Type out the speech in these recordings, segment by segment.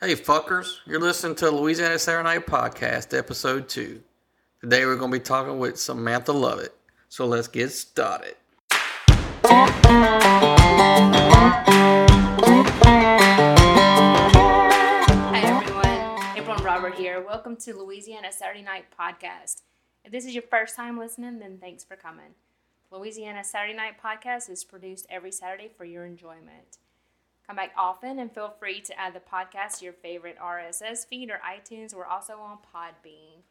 Hey, fuckers, you're listening to Louisiana Saturday Night Podcast, Episode 2. Today we're going to be talking with Samantha Lovett. So let's get started. Hi everyone, April and Robert here. Welcome to Louisiana Saturday Night Podcast. If this is your first time listening, then thanks for coming. Louisiana Saturday Night Podcast is produced every Saturday for your enjoyment. Come back often and feel free to add the podcast to your favorite RSS feed or iTunes. We're also on Podbean.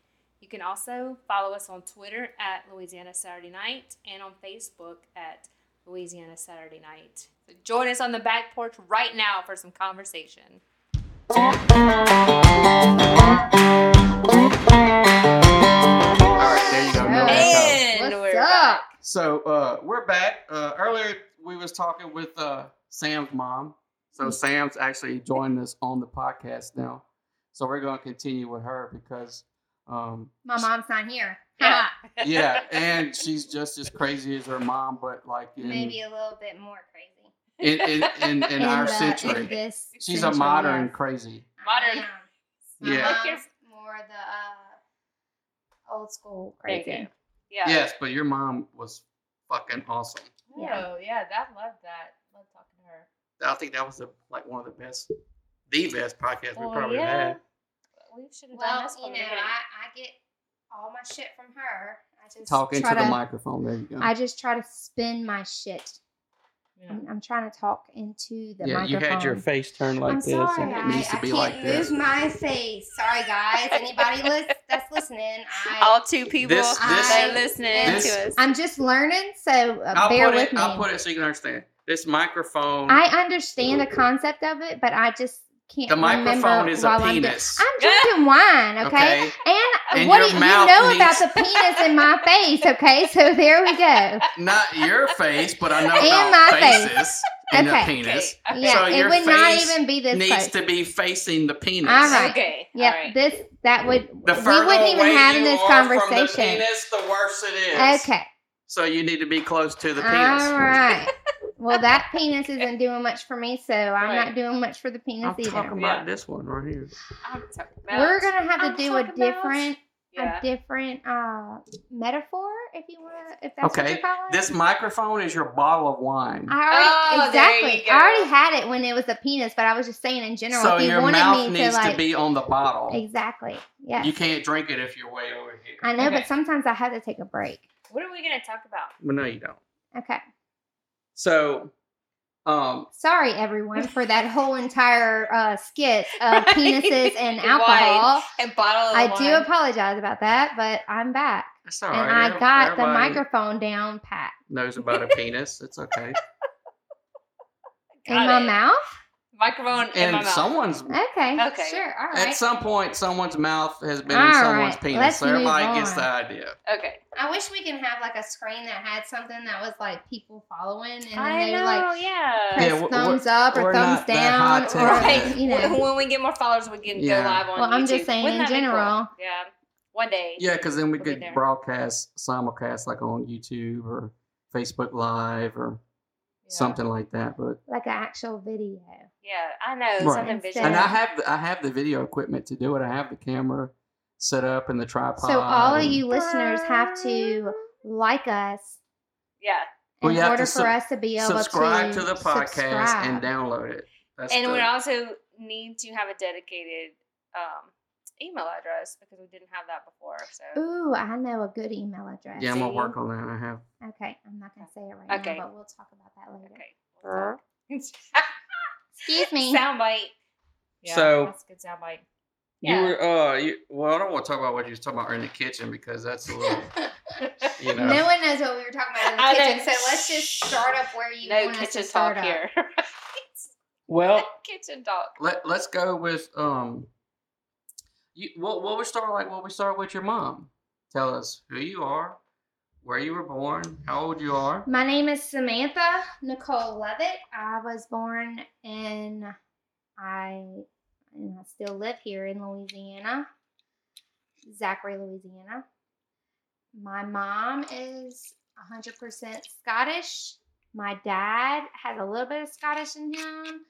You can also follow us on Twitter at Louisiana Saturday Night and on Facebook at Louisiana Saturday Night. So join us on the back porch right now for some conversation. All right, there you go. No echo. And What's we're up? back. So uh, we're back. Uh, earlier we was talking with uh, Sam's mom. So Sam's actually joined us on the podcast now. So we're going to continue with her because, um, My mom's not here. Yeah. yeah, and she's just as crazy as her mom, but like in, Maybe a little bit more crazy. in, in, in, in uh, our the- century. in this She's a century, modern yes. crazy. Modern. I am. My Yeah. mom's more the uh, old school There you crazy. go. Yeah. Yes, but your mom was fucking awesome. Yeah. Oh, yeah. That love that. Love talking to her. I think that was the, like one of the best, the best podcast we Oh, Well, probably Oh, yeah. had. We should have done Well, this you one. know, already. I, I get all my shit from her. I just Talk into try the to, microphone. There you go. I just try to spin my shit. Yeah. I'm, I'm trying to talk into the yeah, microphone. you had your face turned like I'm this, sorry, and it I, needs to I be can't like move this. my face. Sorry, guys. Anybody lis- that's listening, I All two people This- that this- are listening this- to us. I'm just learning, so uh, I'll bear put with it. me. I'll put it so you can understand. This microphone. I understand the concept of it, but I just can't. the microphone remember is a while I'm doing- penis. I'm drinking wine, okay? And, And what your do you mouth know needs- about the penis in my face? Okay, so there we go. Not your face, but I know And about my face. faces and the Okay. penis. Okay. Yeah, So it your would not face even be this Needs close. to be facing the penis. All right. Uh-huh. Okay. Yep, All right. this that would The we further wouldn't even away have you this are from the conversation. penis, the worse it is. Okay, So you need to be close to the all penis. right. Well, that penis isn't doing much for me, so I'm Right. not doing much for the penis I'm either. talking about this one right here. I'm talking about. We're gonna have to I'm do a talking about- different Yeah. a different uh metaphor if you want to if that's what Okay, you call it. This microphone is your bottle of wine. I already Oh, there you exactly. go. I already had it when it was a penis, but I was just saying in general. so if you your wanted mouth me needs to to, like be on the bottle. exactly, yes. You can't drink it if you're way over here. I know, Okay. but sometimes I have to take a break. What are we gonna talk about? Well, no, you don't. Okay, So, um, sorry everyone for that whole entire uh, skit of penises and Wine. alcohol. And bottle. Of I wine. do apologize about that, but I'm back that's all right. and I got the Everybody microphone down pat Knows about a penis. It's okay. in Got my it. mouth. Microphone in and my mouth. someone's Okay, Okay. sure, all right. at some point, someone's mouth has been in All someone's right, penis. let's so everybody move gets the on. idea. Okay. I wish we can have like a screen that had something that was like people following and then I they know. would like yeah. Yeah, press we're- thumbs up we're or not thumbs that high down tech or yet. Right. you know. When we get more followers, we can Yeah. go live on. Well, I'm just YouTube. saying Wouldn't in that be cool? general. Yeah. One day. Yeah, because then we We'll be could there. broadcast simulcast like on YouTube or Facebook Live or something like that. But Like an actual video. Yeah, I know Right. something visual. and Yeah. I have the, I have the video equipment to do it. I have the camera set up and the tripod. So all of and- you listeners have to like us Um, yeah, in Well, you have order to for sub- us to be able subscribe to, to, the podcast and subscribe. download it. That's and the, we also need to have a dedicated um, email address because we didn't have that before. So Ooh, I know a good email address. yeah, I'm gonna see. work on that. I have Okay, I'm not gonna say it right Okay. now, but we'll talk about that later. okay, Uh. Excuse me. soundbite. Yeah, So- that's a good soundbite. You Yeah. were uh, you, well, I don't want to talk about what you was talking about in the kitchen because that's a little, you know. No one knows what we were talking about in I the know. kitchen, so let's just start up where you no want us kitchen to start talk up. here. well, kitchen talk. let let's go with um. You what what we start like? What we start with your mom? Tell us who you are, where you were born, how old you are. My name is Samantha Nicole Levitt. I was born in I and I still live here in Louisiana, Zachary, Louisiana. My mom is 100% Scottish. My dad has a little bit of Scottish in him.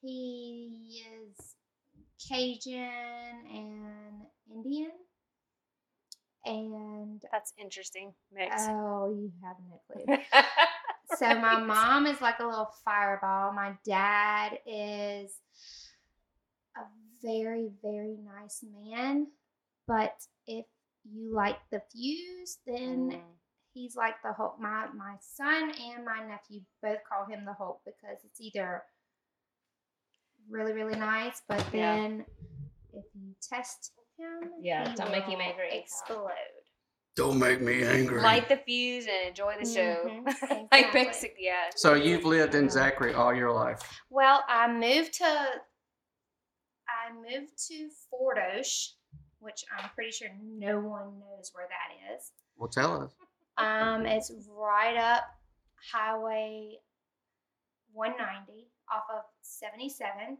He is Cajun and Indian. And That's interesting mix. oh, you have no clue. So my Right. mom is like a little fireball. My dad is a very, very nice man. But if you like the fuse, then Mm. he's like the Hulk. My my son and my nephew both call him the Hulk because it's either really, really nice, but Yeah. then if you test him, Yeah, he don't make him will angry. Explode. Don't make me angry. Light the fuse and enjoy the show. Mhm, like exactly. basic, yeah. so you've lived in Zachary all your life. Well, I moved to I moved to Fort Osh, which I'm pretty sure no one knows where that is. Well, tell us. Um, it's right up Highway 190 off of 77,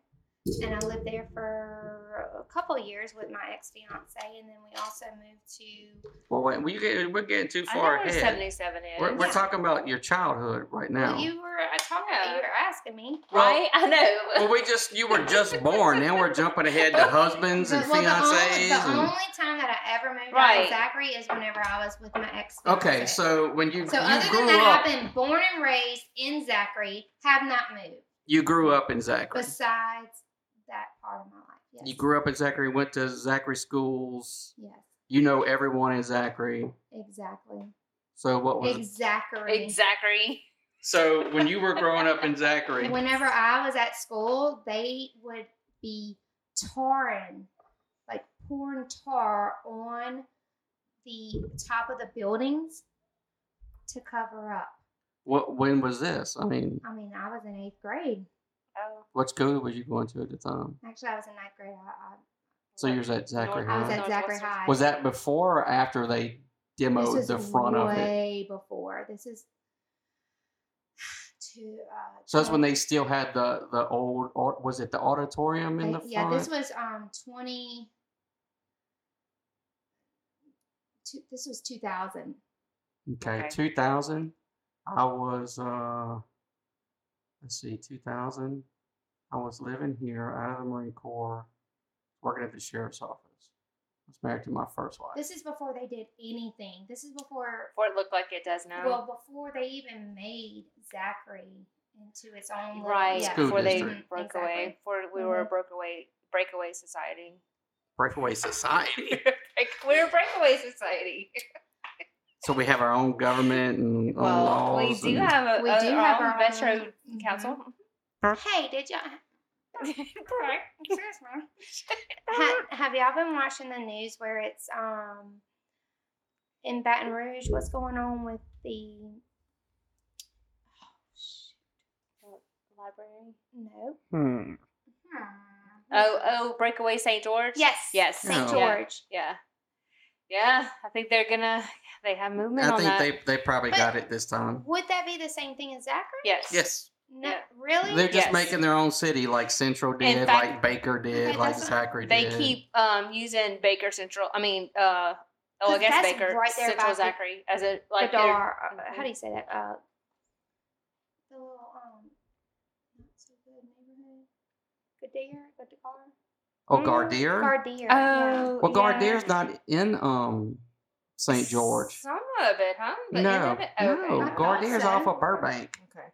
and I lived there for a couple years with my ex fiance, and then we also moved to Well, wait, we get, we're getting too I know far where ahead. 77 is. We're, we're Yeah. talking about your childhood right now. well, you were I talking Yeah. you were asking me. right? I know. Well, we just you were just born. Now we're jumping ahead to husbands and The- well, the only, fiancés. the and- only time that I ever moved out Right. of Zachary is whenever I was with my ex. okay, so when you So you other grew than that, up, I've been born and raised in Zachary, have not moved. you grew up in Zachary. Besides that part of my life, yes, You grew up in Zachary. Went to Zachary schools. yes, You know everyone in Zachary. exactly, So what was exactly. exactly. so when you were growing up in Zachary? Whenever I was at school, they would be tarring, like pouring tar on the top of the buildings to cover up. What when was this? I mean, I mean, I was in eighth grade. Oh. what school was you going to at the time? Actually, I was in ninth grade. I, I, So Oh, you was at Zachary I was High. at Zachary Northwestern. High. Mm-hmm. Was that before or after they demoed the front of way it? before. This is to. Uh, So that's when twen- they still had the the old au- was it the auditorium in the they- front? Yeah, this was um twenty. Two, this was two thousand. okay, Okay. 2000. I was uh let's see, 2000. I was living here out of the Marine Corps, working at the sheriff's office. I was married to my first wife. This is before they did anything. This is before. Before it looked like it does now. Well, before they even made Zachary into its own little- right. yeah. School Before they district. broke Exactly. Mm-hmm. away. Before we were a breakaway breakaway society. Breakaway society. Like, we're a breakaway society. so we have our own government and own Well, we laws. do and- have a, We a- do our have own our Uh, um, metro own- mhm. council. Hey, did y'all? Correct. Excuse me. Ha- have y'all been watching the news where it's um in Baton Rouge? What's going on with the Library. no? Hmm. Hmm. Oh, oh, breakaway St. George. yes, Yes. St. Oh. Yeah. George. Yeah. Yeah. I think they're gonna. They have movement I on think that. they they probably But- got it this time. Would that be the same thing as Zachary? yes. Yes. No, Yeah. really. They're just Yes. making their own city, like Central did, fact- like Baker did, Okay, like that's- Zachary They did. keep um using Baker Central. I mean, uh, oh, I 'Cause guess that's Baker right there by Central the- Zachary as a like the they're- Mm-hmm. door. uh, How do you say that? Uh, the little um, not so good neighborhood. Goodyear, Goodyear. Oh, Mm, Mm-hmm. Gardeer. Gardeer. yeah. Oh, well, Gardier's yeah. not in um St. George. Some of it, huh? But end No, of it- okay. no, thought Gardier's so. off of Burbank. Okay.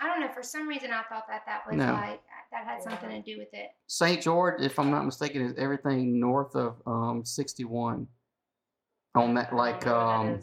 I don't know. For some reason, I thought that that was No. like that had something to do with it. St. George, if I'm not mistaken, is everything north of um 61. On that, like um,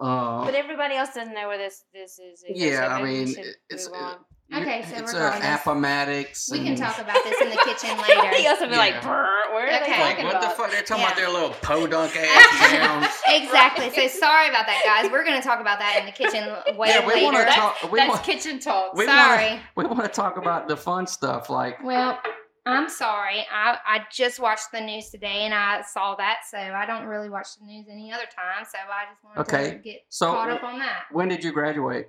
uh, But everybody else doesn't know where this this is. either, yeah, so I maybe we mean, should it- it's move uh, on. you- Okay, so it's uh, regardless, Appomattox. We can and- talk about this in the kitchen later. Everybody else would be like, Yeah. "Brr, where are they Okay. Like, talking what the about? fuck? They're talking about Yeah. their little podunk ass towns. Exactly. So sorry about that, guys. We're gonna talk about that in the kitchen way Yeah, we later. want to That's- talk. We That's want, kitchen talk. we wanna- sorry. we want to talk about the fun stuff, like Well, I'm sorry. I I just watched the news today and I saw that, so I don't really watch the news any other time. So I just wanted Okay. to get So- caught up on that. When did you graduate?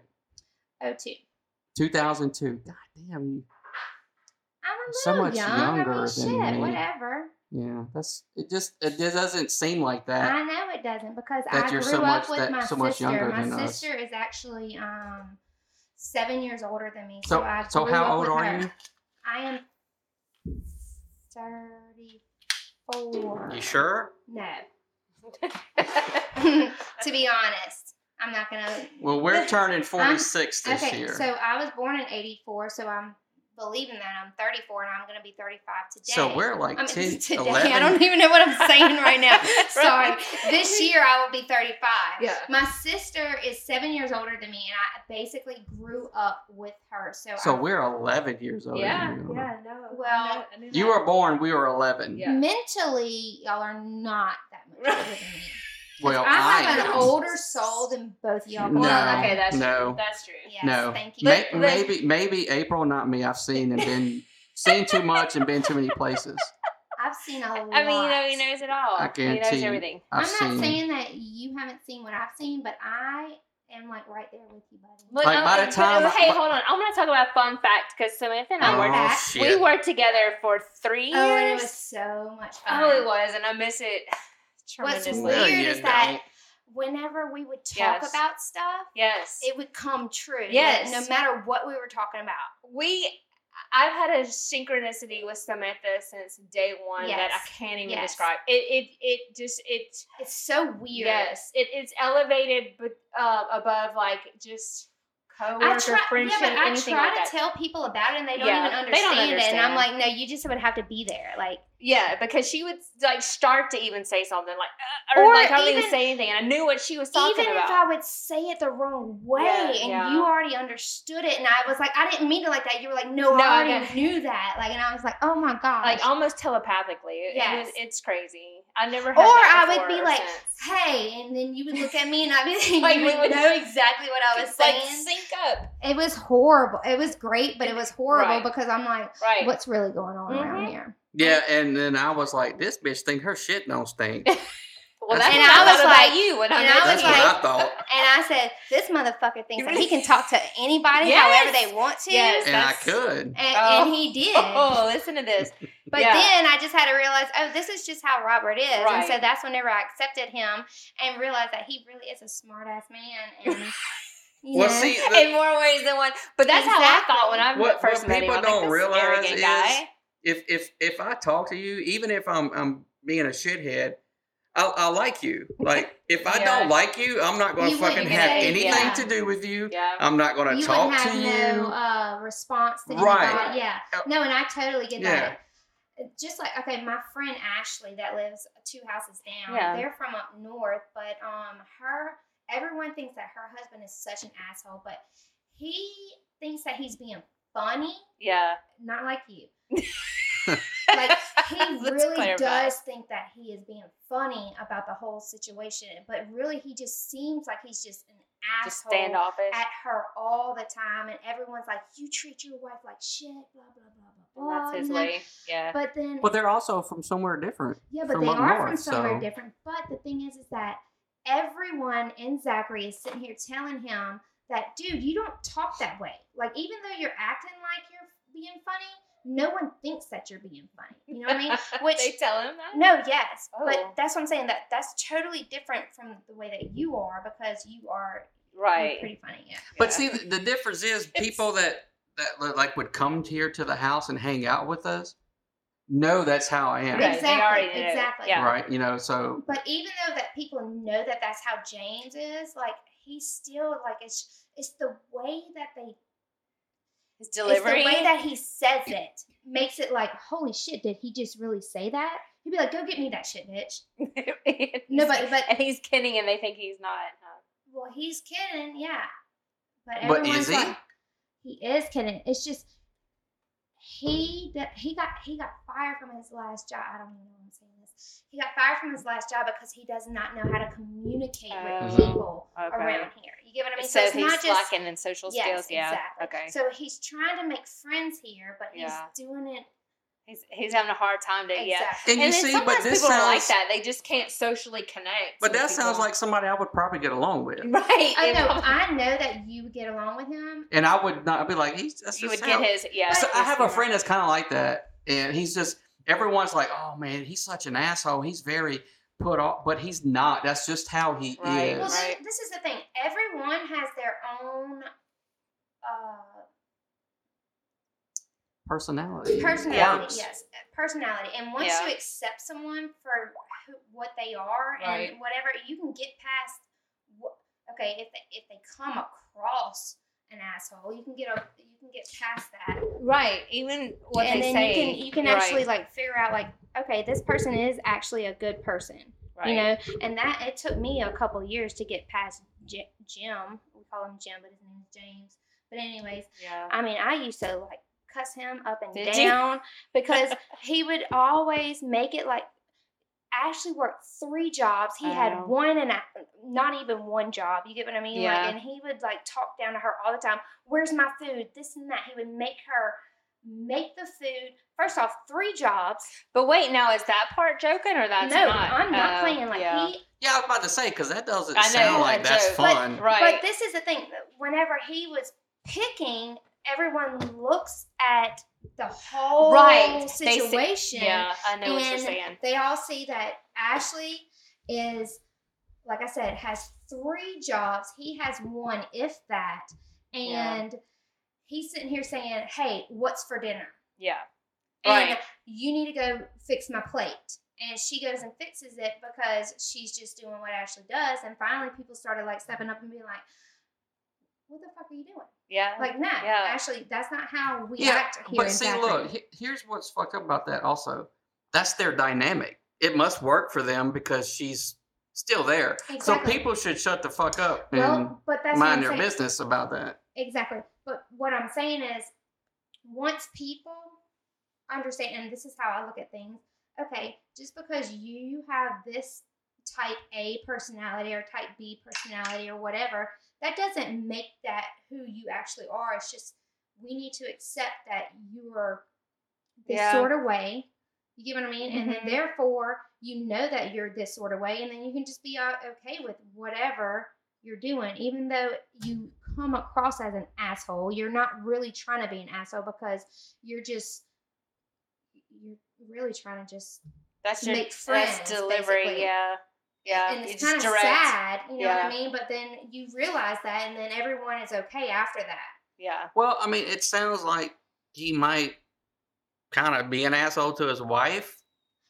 Oh, two. 2002. God damn you. I'm a little So much young. I younger mean, than shit, me. whatever. Yeah, that's it. Just it just doesn't seem like that. I know it doesn't because Uh, that I you're grew so up much- with that- my so sister. much younger my than us. sister is actually um seven years older than me. So, so I so grew how up old with are her. you? I am 34. You sure? No. to be honest, I'm not going to. Well, we're turning 46 this Okay, year. so I was born in 84, so I'm believing that I'm 34 and I'm going to be 35 today. So we're like I mean, 10, today. 11. I don't even know what I'm saying right now. Sorry. Right. This year I will be 35. Yeah. My sister is seven years older than me, and I basically grew up with her. So, so I- we're 11 years old. Yeah, you. yeah, no. Well, I knew- I knew You that. were born, we were 11. Yeah. mentally, y'all are not that much older than me. Well, Oh, I I have an am. older soul than both of y'all. No. combined. okay, that's no. true. That's true. Yes, no. thank you. May- But- but- maybe, maybe April, not me. I've seen and been seen too much and been too many places. I've seen a lot. I mean, you know, he knows it all. I He guarantee knows you. everything. I'm I've not seen. saying that you haven't seen what I've seen, but I am like right there with you, buddy. But, Like, um, by the but, time- oh, hey, hold on. I'm gonna talk about a fun fact because Samantha and I Oh, worked. back. shit. We worked together for three Oh, and it years. was so much fun. oh, it was, and I miss it What's tremendously. No, weird you is that whenever we would talk Yes. about stuff, Yes, it would come true. like, Yes. no matter what we were talking about. we. I've had a synchronicity with Samantha since day one that I Yes. can't even Yes. describe. It it it just it It's so weird. yes it, it's elevated but uh, above like just I coworker try, yeah, friendship but I anything try like to that. tell people about it, and they don't Yeah, even understand, they don't it. And I'm understand. like, no, you just would have to be there. Like, Yeah, because she would like start to even say something like, uh, or, Or like I don't even even- say anything, and I knew what she was talking even if about. I would say it the wrong way, Yeah, and yeah. you already understood it, and I was like, I didn't mean it like that. You were like, no, No, I I already got- knew that. Like, and I was like, oh my god. like almost telepathically. It, it was, Yes. it's crazy. I never. Had or that I before would be or like, since. hey, and then you would look at me, and I'd be Like, like, you we would- would know exactly what I was It's like saying. sync up, it was horrible. It was great, but it was horrible Right. because I'm like, right? what's really going on around Mhm. here? Yeah, and then I was like, this bitch think her shit don't stink. well, that's that's what what I I was was about like- you when and met I That's was you. what like- I thought. And I said, this motherfucker thinks that he can talk to anybody Yes. however they want to. Yes. And I That's- could. And, Oh. and he did. oh, oh, listen to this. But Yeah. then I just had to realize, oh, this is just how Robert is. And so Right. that's whenever I accepted him and realized that he really is a smart ass man. And, you Well, know, see, In the, more ways than one, but that's how I Exactly. thought when I What- first what met him. people I think don't this realize arrogant is- guy. if if if I talk to you, even if I'm I'm being a shithead, I, I like you. Like if I Yeah. don't like you, I'm not going to You fucking wouldn't have say, anything yeah. to do with you. Yeah, I'm not going to you talk wouldn't to have you. no uh, response to Right. anybody. Yeah. Uh, No, and I totally get yeah. that. Uh, Just like okay, my friend Ashley that lives two houses down. Yeah. They're from up north, but um, her everyone thinks that her husband is such an asshole, but he thinks that he's being funny, yeah. not like you. like he Let's really clarify. does think that he is being funny about the whole situation, but really he just seems like he's just an Just asshole standoffish. at her all the time, and everyone's like, "You treat your wife like shit," blah blah blah blah blah. That's his you know? way. Yeah. But then, But they're also from somewhere different. yeah, but from they up are from north, so- somewhere different. But the thing is, is that everyone in Zachary is sitting here telling him that, dude, you don't talk that way. Like, even though you're acting like you're being funny, no one thinks that you're being funny. You know what I mean? Which they tell him that? no, yes, Oh. but that's what I'm saying. That that's totally different from the way that you are because you are you're Right. pretty funny. Yeah. But see, the, the difference is people that that like would come here to the house and hang out with us know that's how I am. Right, Exactly, they already know. exactly. Yeah. Right. You know. So But even though that people know that that's how James is, like he's still like it's it's the way that they His delivery. it's the way that he says it makes it like holy shit did he just really say that? He'd be like go get me that shit bitch. No, but but and he's kidding, and they think he's not. um, well he's kidding yeah. But But everyone's is he? like he is kidding. It's just he that he got he got fired from his last job. I don't even know why I'm saying this. He got fired from his last job because he does not know how to communicate Oh. with people. No. Okay. around here. You get what I mean? so, it's he's not just slacking in social yes, skills. Yeah. exactly. Okay. So he's trying to make friends here, but he's Yeah. doing it he's he's having a hard time to yeah. exactly. and, you and then see, sometimes but this people sounds are like that. They just can't socially connect. but with that sounds people. like somebody I would probably get along with. right. I it know. probably- Oh, I know that you would get along with him. And I would not I'd be like, he's that's you would just get how- his yeah. So I his have a humor. friend that's kind of like that, and he's just everyone's like, "Oh man, he's such an asshole. He's very put off, but he's not. That's just how he Right. is." Well, Right. this, this is the thing. Everyone has their own uh, personality. personality Quirks. yes personality and once Yeah. you accept someone for who, what they are Right. and whatever you can get past wh- okay if they, if they come across an asshole you can get over you can get past that Right. Even what and they then say. you can you can Right, actually like figure out like okay this person is actually a good person right. you know and that it took me a couple years to get past J- jim we call him jim but his name is james but anyways Yeah. I mean, I used to like cuss him up and Did you? down because he would always make it like Ashley worked three jobs. He Wow. had one and a, not even one job. You get what I mean? Yeah. Like, and he would like talk down to her all the time. Where's my food? This and that. He would make her make the food. First off, three jobs. But wait, now is that part joking or that's no, not? I'm Um, not Oh, playing. Like yeah. he Yeah, I was about to say because that doesn't I know, sound like a that's joke. But- fun. Right. But this is the thing. Whenever he was picking, everyone looks at the whole Right. They see- situation. yeah, I know what you're and saying. They all see that Ashley is, like I said, has three jobs. He has one, if that. Yeah. And he's sitting here saying, "Hey, what's for dinner?" Yeah. And Right. you need to go fix my plate. And she goes and fixes it because she's just doing what Ashley does. And finally, people started like stepping up and being like, "What the fuck are you doing?" Yeah. Like, no, Yeah. Ashley, that's not how we Yeah, act here. But in see, Zachary." look, he- here's what's fucked up about that. Also, that's their dynamic. It must work for them because she's still there. Exactly. So people should shut the fuck up and well, but that's what I'm mind their saying. business about that. Exactly. But what I'm saying is, once people understand, and this is how I look at things, okay, just because you have this type A personality or type B personality or whatever, that doesn't make that who you actually are. It's just we need to accept that you are this Yeah. sort of way. You get what I mean? And Mhm. then therefore, you know that you're this sort of way, and then you can just be uh, okay with whatever you're doing, even though you come across as an asshole, you're not really trying to be an asshole because you're just you're really trying to just that's your make that's friends, delivery. basically. Yeah. Yeah. and it's Uh, just kind of direct. sad, you know what Yeah. I mean? But then you realize that, and then everyone is okay after that. Yeah. Well, I mean, it sounds like he might kind of be an asshole to his wife.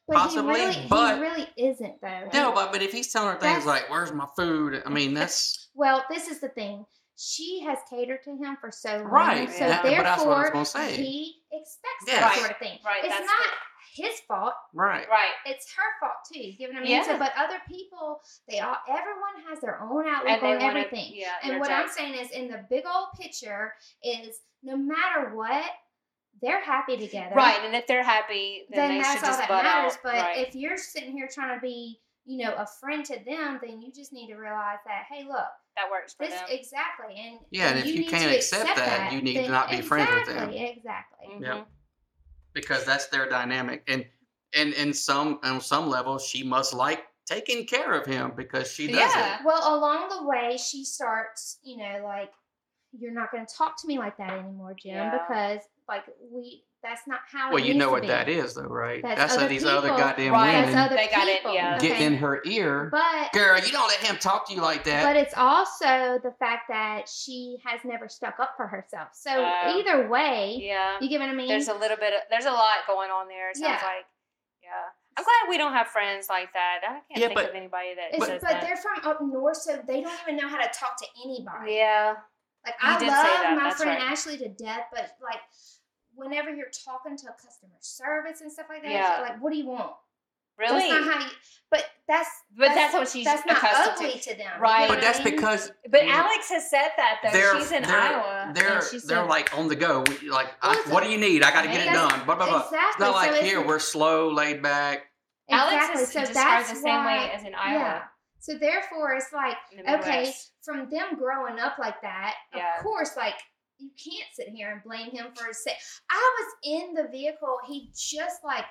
But Possibly, he really, but- he really isn't though. No, but but if he's telling her things That's- like "Where's my food?" I mean, that's well, this is the thing. She has catered to him for so long, right. so Yeah, but that's what I was therefore gonna say. he expects Yes. that Right. sort of thing. Right, It's that's the- not his fault. right. Right. it's her fault too. You get what I mean? So, Yeah. but other people, they all, everyone has their own outlook And they on want everything. Yeah. and they're what I'm judged. saying is, in the big old picture, is no matter what, they're happy together. Right. And if they're happy, then, Then they should that's all just that butt matters. out. But right. if you're sitting here trying to be, you know, a friend to them, then you just need to realize that, hey, look, that works for this them. exactly, and Yeah, and if you need can't to accept that, you need to then- not be friends with them. Exactly, exactly. Mm-hmm. Yeah. because that's their dynamic and and and some on some level she must like taking care of him because she does Yeah. it Well, along the way, she starts, you know, like, you're not going to talk to me like that anymore, Jim, Yeah. because, like, we, that's not how well it you know what needs to that be. is though right That's that's, how other these other people. goddamn Right. women That's other They got it, people. yeah. get okay? in her ear But, girl you don't let him talk to you like that but it's also the fact that she has never stuck up for herself. So, Oh. either way, Yeah. you get what I mean? There's a little bit. Of, there's a lot going on there. It sounds Yeah. like. Yeah. I'm glad we don't have friends like that. I can't Yeah, think but- of anybody that it's, says but that. they're from up north, so they don't even know how to talk to anybody. Yeah. Like You I love did say that, my that's friend right. Ashley to death, but like whenever you're talking to a customer service and stuff like that, Yeah. she's like, what do you want? Really. That's not how you, but that's But that's what she's that's not accustomed ugly to. to, them, Right. you know but what that's I mean? because But Mm. Alex has said that though. they're she's in they're Iowa. they're, and she they're said- like on the go We- like I, Listen, what do you need I got to get it that's- done blah blah blah it's exactly. not so like it's- here we're slow laid back Alex is exactly. So described that's the same why, way as in Iowa. yeah. So therefore, it's like in the Okay. Midwest. from them growing up like that. Yeah. Of course, like. You can't sit here and blame him for his. Sa- I was in the vehicle. He just like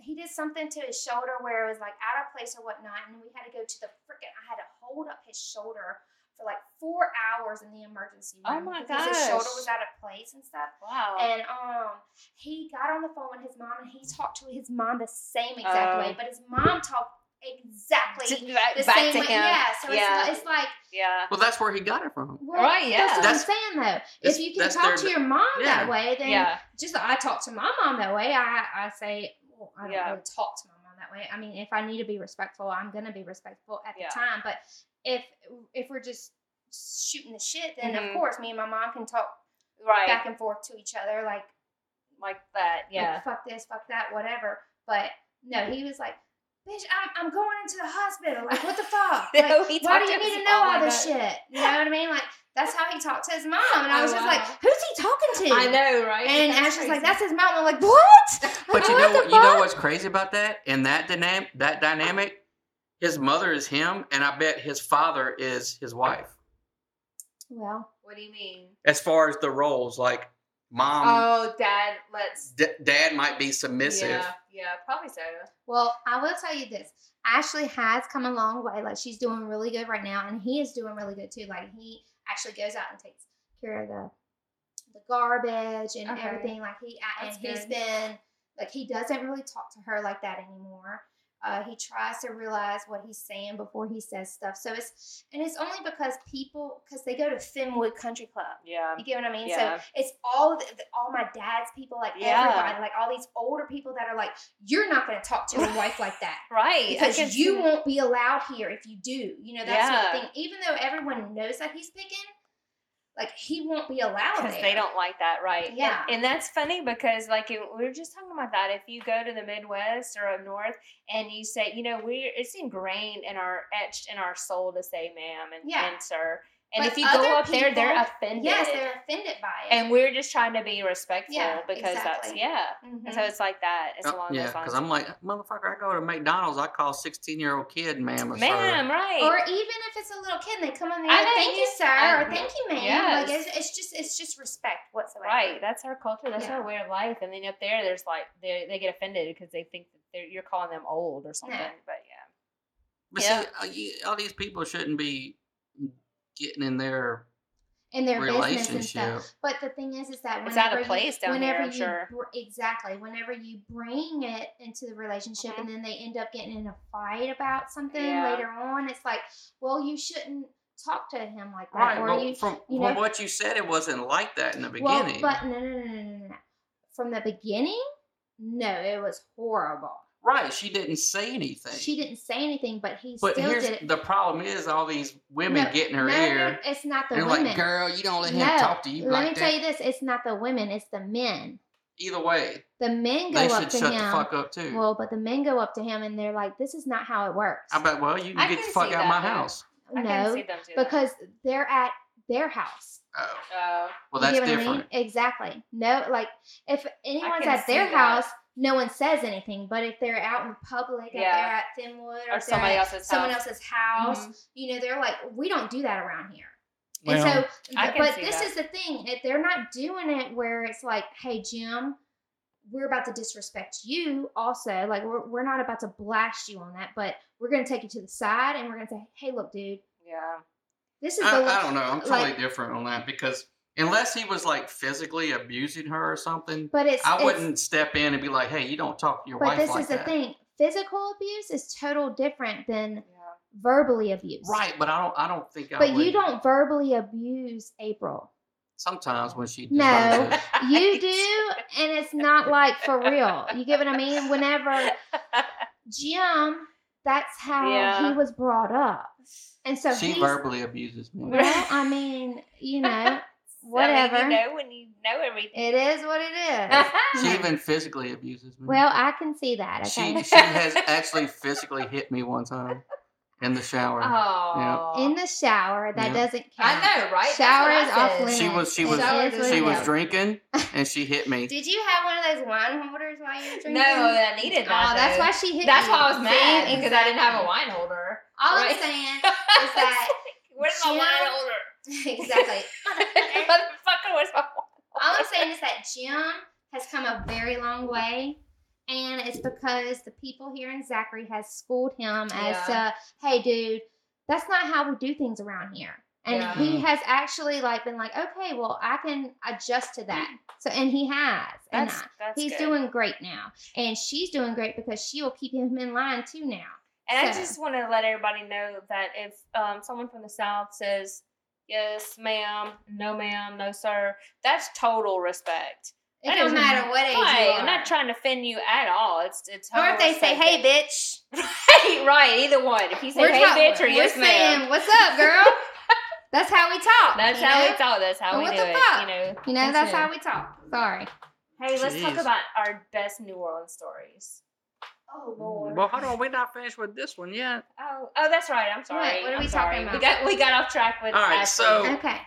he did something to his shoulder where it was like out of place or whatnot, and we had to go to the freaking. I had to hold up his shoulder for like four hours in the emergency Oh room my because his shoulder gosh. was out of place and stuff. Wow. And um, he got on the phone with his mom, and he talked to his mom the same exact Oh. way, but his mom talked exactly T- right the back same to way. him. Yeah, so Yeah. It's, li- it's like, Yeah. Well, that's where he got it from. well, Right, yeah. That's what That's- I'm saying though. it's- If you can that's talk their- to your mom yeah. that way, then Yeah. just I talk to my mom that way. I I say, well, I don't Yeah. really talk to my mom that way. I mean, if I need to be respectful, I'm gonna be respectful at Yeah. the time. But if if we're just shooting the shit, then Mhm. of course me and my mom can talk Right. back and forth to each other, like like that. Yeah. like, fuck this, fuck that, whatever. But no, he was like, bitch, I'm I'm going into the hospital. Like, what the fuck? Like, No, he why talked do you to need his- to know oh my all this God. shit? You know what I mean? Like, that's how he talked to his mom, and I Oh, was just like, wow. who's he talking to? I know, right? And That's Ash was like, crazy. "That's his mom." I'm like, "What?" But Like, you know, what what the you know fuck? what's crazy about that? In that dynamic, that dynamic, his mother is him, and I bet his father is his wife. Well, What do you mean? As far as the roles, like mom, oh, dad, let's. d- dad might be submissive. Yeah, yeah, probably so. well, I will tell you this: Ashley has come a long way. Like, she's doing really good right now, and he is doing really good too. Like, he actually goes out and takes care of the the garbage and Okay. everything. Like, he and That's he's good. been like he doesn't really talk to her like that anymore. Uh, he tries to realize what he's saying before he says stuff. So it's and it's only because people because they go to Finwood Country Club. Yeah. You get what I mean? Um, Yeah. So it's all the, the- all my dad's people, like Yeah. everybody, like all these older people that are like, you're not going to talk to your wife like that Right. I can because you see- won't be allowed here if you do. You know that sort Yeah. of thing. Even though everyone knows that he's picking, like he won't be allowed because there. they don't like that, right? And- Yeah. and, that's funny because like it- we were just talking about that. If you go to the Midwest or up north and you say, you know, we it's ingrained in our etched in our soul to say ma'am and, Yeah. and sir, and But if you go other up there, they're people- offended. Yes, they're offended by it. and we're just trying to be respectful Yeah, because that's exactly. yeah. Mhm. And so it's like that. It's Uh, along yeah, those lines. because I'm like, motherfucker, I go to McDonald's, I call 16 year old kid ma'am or sir." ma'am, right? or even if it's a little kid, and they come on there. I like, know, Thank you, yes, sir, I- or thank you, ma'am. yes. Like it's, it's just it's just respect whatsoever. Right, that's our culture. That's Yeah. our way of life. And then up there, there's like they they get offended because they think that they're, you're calling them old or something. Yeah. But yeah, But Yeah. see, uh, you, all these people shouldn't be getting in their in their business and stuff. relationship. But the thing is, is that It's out of whenever you- place down here, whenever I'm you sure. br- exactly, whenever you bring it into the relationship, and then they end up getting in a fight about something Mm-hmm. Yeah. later on, it's like, well, you shouldn't talk to him like that, Right, or but you. from, you from know- what you said, it wasn't like that in the Well, beginning. but no, no, no, no, no, no. From the beginning, no, it was horrible. right, she didn't say anything. She didn't say anything, but he But still here's did it. the problem: is all these women No, get in her no, no, ear no, it's not the and women. like, "Girl, you don't let him No, talk to you Let like me that." tell you this: it's not the women, it's the men. Either way, The men go they up should to shut him. the fuck up too. Well, but the men go up to him and they're like, "This is not how it works." I bet. Well, you can I get can the fuck see out of my that, though. house. I can see no, them do that. because they're at their house. Oh, Oh, well, You that's get what I mean? different. Exactly. No, like if anyone's can at their see that. house, no one says anything. But if they're out in public, Yeah. if they're at Thinwood, or, or if they're somebody at else's someone house. else's house, Mhm. you know, they're like, "We don't do that around here." Well- and so, I th- can but see this that. is the thing: if they're not doing it where it's like, "Hey, Jim." We're about to disrespect you, also. Like, we're, we're not about to blast you on that, but we're going to take you to the side and we're going to say, hey, look, dude, Yeah. this is I, the I don't know. I'm totally like- different on that because unless he was like physically abusing her or something, But it's I it's- wouldn't step in and be like, "Hey, you don't talk to your But wife this like is the that." thing: physical abuse is total different than Yeah. verbally abuse. Right, but I don't. I don't think. I But you would. don't verbally abuse April. Sometimes when she No. deserves it. You do, and it's not like for real. You get what I mean? Whenever Jim, that's how Yeah. he was brought up, and so she he's. verbally abuses me. well, I mean, you know, I whatever. mean, you know when you know everything. it is what it She is. even physically abuses me. well, I can see that. Okay. she she has actually physically hit me one time in the shower. oh. In the shower, that Yeah. doesn't I count. know, right? That's Shower what I is off said. limits. She was- she It was- is she what she it was is. drinking and she hit me. Did you have one of those wine holders while you were drinking? No, I needed that. Oh, that's though. why she hit That's you. why I was See? mad because I didn't have a Exactly. wine holder. All right? I'm saying is that Where's my Jim- wine holder? exactly. Motherfucker. Motherfucker, where's my wine All I'm saying is that Jim has come a very long way. And it's because the people here in Zachary has schooled him as Yeah. to, hey, dude, that's not how we do things around here. And Yeah. he Mm. has actually like been like, okay, well, I can adjust to that. So, and he has. and I- that's He's good. doing great now, and she's doing great because she will keep him in line too now. And So- I just want to let everybody know that if um, someone from the South says, yes, ma'am, no, ma'am, no, sir, that's total respect. It That don't is- matter what age you Right. are. I'm not trying to offend you at all. It's, it's or total if they say, respect. "Hey, bitch," right, right, either one. If you say, hey, talk- bitch, or we're yes, ma'am. saying, "What's up, girl?" that's how we talk. That's you how know? we talk. That's how And we what do the it. fuck? You know. You know, that's it. how we talk. Sorry. Hey, let's talk Jeez. about our best New Orleans stories. Oh Well, hold on. We're not finished with this one yet. Oh, oh, that's right. I'm sorry. What are I'm we sorry. talking about? We got we got off track with. All right, Ashley. so- Okay.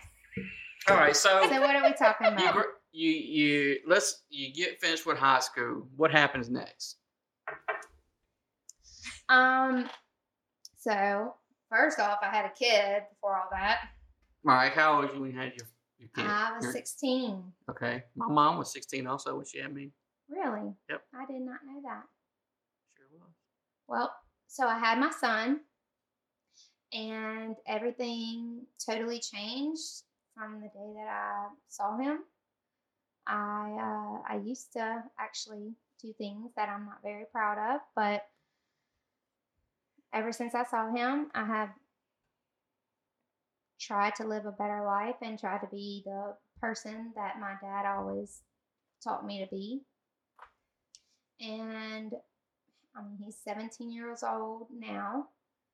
All right. So So uh, what are we talking you, about? gr- you you let's you get finished with high school. What happens next? Um. So first off, I had a kid before all that. All right. How old were you when you had your, your kid? I was Your- sixteen. Okay. My mom was 16 also when she had me. Really? Yep. I did not know that. Sure was. Well, so I had my son, and everything totally changed from the day that I saw him. I uh, I used to actually do things that I'm not very proud of, but ever since I saw him, I have tried to live a better life and try to be the person that my dad always taught me to be. And I mean, he's 17 years old now.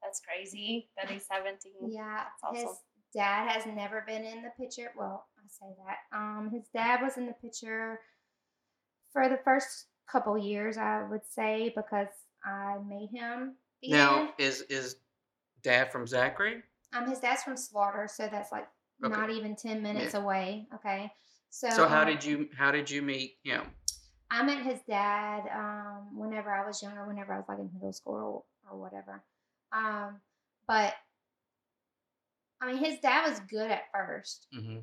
That's crazy. That he's 17. Mm-hmm. Yeah, That's his awesome. dad has never been in the picture. Well, I say that. Um, his dad was in the picture for the first couple years, I would say, because I made him. be in Now it. is is dad from Zachary? um, his dad's from Slaughter, so that's like Okay. not even 10 minutes away. Okay, so So how um, did you how did you meet him? I met his dad um, whenever I was younger, whenever I was like in middle school or, or whatever. Um, but I mean, his dad was good at first, Mm-hmm.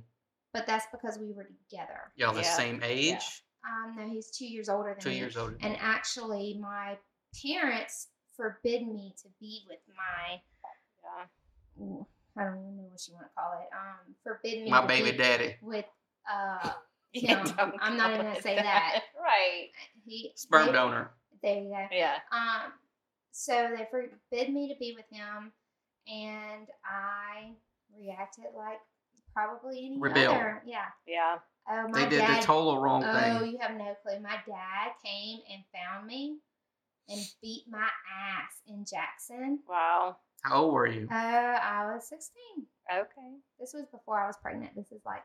but that's because we were together. Y'all the Yeah. same age? Um, no, he's two years older than Two me. years older. And actually, my parents forbid me to be with my, Yeah. ooh, I don't even know what you want to call it. Um, forbid me My to baby be daddy. with uh, You No, don't I'm not go even gonna with say that. Right. he Sperm they- donor. There you go. Yeah. Um, so they forbid me to be with him, and I reacted like probably any Rebel. other. Yeah. Yeah. Oh, my They did dad. the total wrong oh, thing. you have no clue. My dad came and found me and beat my ass in Jackson. Wow. How old were you? Uh, I was 16. Okay. This was before I was pregnant. This is like.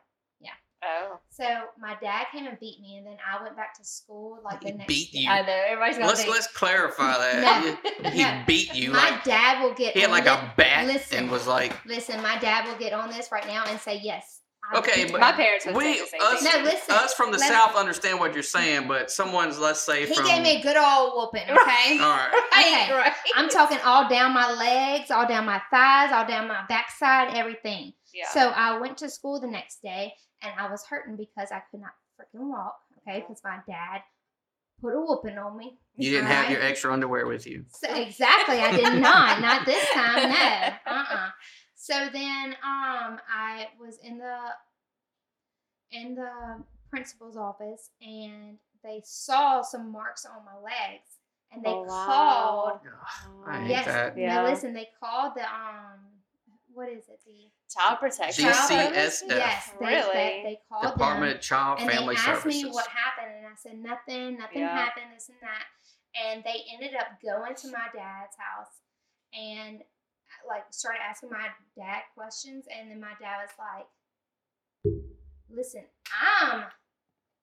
Oh. So my dad came and beat me, and then I went back to school like the He next. beat day. you. I know. Everybody's gonna Let's think. let's clarify that. No. He No. beat you my like dad will get he had on like the- a bat listen. and was like Listen, my dad will get on this right now and say yes. I Okay, beat but- My him." parents would we say the same us, thing. No, listen, us from the let's- south understand what you're saying, but someone's let's say he from Uh-huh. gave me a good old whooping. Okay, all right. Right, Okay. right. I'm talking all down my legs, all down my thighs, all down my backside, everything. Yeah. So I went to school the next day and I was hurting because I could not freaking walk. Okay, Uh-huh. because my dad put a whooping on me. You didn't have your Alright. extra underwear with you. So exactly, I did not. Not this time. No. Uh. uh So then, um, I was in the in the principal's office, and they saw some marks on my legs, and they Oh, wow. called. I hate Yes. that. Yeah. Now listen, they called the um, what is it? The Child protection. Child GCSF. services? yes, they, really. They, they called Department them, of Child and Family they asked Services. me what happened, and I said nothing, nothing Yeah. happened, this and that. And they ended up going to my dad's house and uh, like started asking my dad questions, and then my dad was like, "Listen, I'm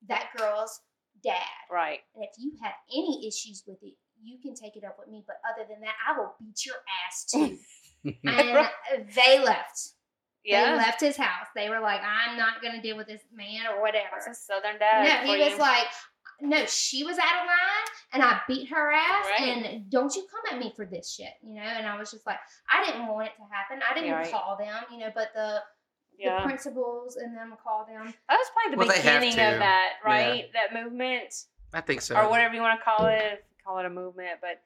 that girl's dad, right. and if you have any issues with it." You can take it up with me, but other than that, I will beat your ass too. and uh, they left. They Yeah. left his house. They were like, I'm not going to deal with this man or whatever. That's a southern dad. no, he for was you. like, no, she was out of line and I beat her ass Right. and don't you come at me for this shit, you know? And I was just like, I didn't want it to happen. I didn't Yeah, right. call them, you know, but the, Yeah. the principals and them called them. That was probably the Well, they have beginning to. of that, Yeah. right? That movement, I think so. or whatever you want to call it, call it a movement, but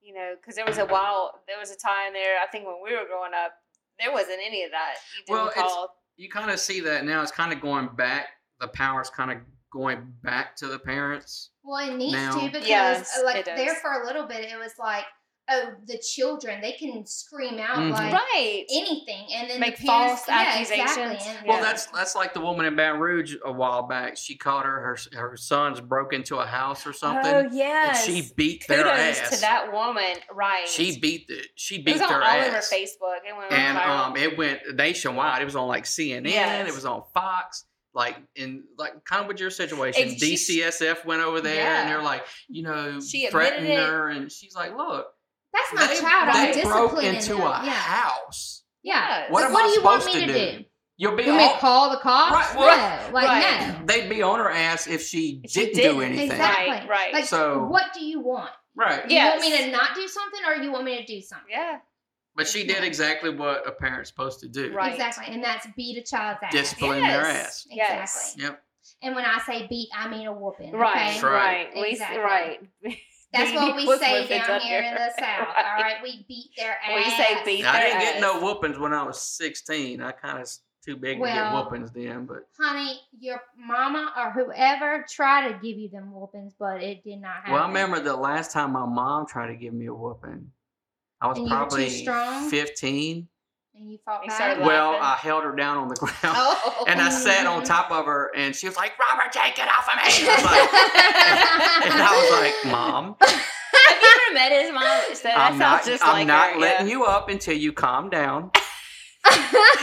you know, because there was a while, there was a time there. I think when we were growing up, there wasn't any of that. You didn't Well, it's- call, You kind of see that now. It's kind of going back. The power's kind of going back to the parents. Well, it needs Now- to because Yes, uh, like it there does. for a little bit, it was like, oh, the children, they can scream out Mhm. like right. anything and then Make the parents, false yeah, exactly, accusations. and- Well, Yeah. that's that's like the woman in Baton Rouge a while back. She caught her her, her sons broke into a house or something, Oh yes. and she beat Kudos their ass. to that woman. Right. She beat the she beat It was on their all ass. over Facebook. It went and viral. um, it went nationwide. It was on like CNN. Yes. It was on Fox. Like in like kind of with your situation, Ex- she's- DCSF went over there and Yeah. they're like, you know, She admitted threatened it. her, and she's like, look, That's my they, child. I'm they broke disciplining into them. a yeah. house. Yeah. Yes. What So am what I do you want supposed me to to do? do? You'll be You mean all, call the cops? Right, well, no. Like right. no. they'd be on her ass if she If she didn't, do didn't. anything. Exactly. Right, right. Like So- what do you want? Right. Yes. You want me to not do something or you want me to do something? Yeah. But she did exactly what a parent's supposed to do. Right. Exactly. And that's beat a child's ass. Discipline their ass. Yes. Exactly. Yep. And when I say beat, I mean a whooping. Right. Okay? Right. Right. We s Exactly. right. That's what we Whoop say whoop, it's down up here in the there. South. Right. All right. We beat their ass. We say beat Now, I their didn't get no ass. whoopings when I was 16. I kind of too big to get Well- whoopings then, but Honey, your mama or whoever tried to give you them whoopings, but it did not happen. Well, I remember the last time my mom tried to give me a whooping. I was And you were too probably strong? 15. And you fought You back. started Well, laughing? I held her down on the ground Oh. and I sat on top of her and she was like, Robert, take it off of me. I was like, and I was like, Mom, Have you ever met his mom? So that I'm sounds not, just I'm like not her, letting yeah. you up until you calm down.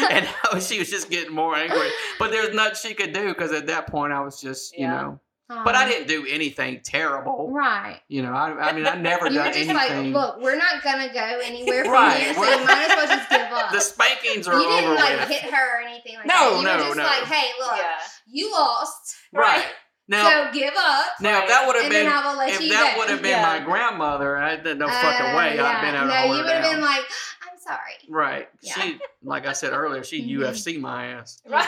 and she was just getting more angry. But there's nothing she could do because at that point I was just, you Yeah. know, but I didn't do anything terrible. Uh-huh. Right. You know, I, I mean, I never You were done just anything. like, look, we're not gonna go anywhere from Right, here, so we're- you might as well just give up. the spankings you are over didn't like with. hit her or anything like No, that. You no, were just no. like, hey, look, Yeah. you lost, Right. Right. Now, so give up, now if that would have and then been I will let if you that go. would have been Yeah. my grandmother, I there's no Uh, fucking way I'd yeah. been able to No, hold you her would have down. been like, I'm sorry. right. Yeah. She like I said earlier, she Mhm. UFC my ass. Right.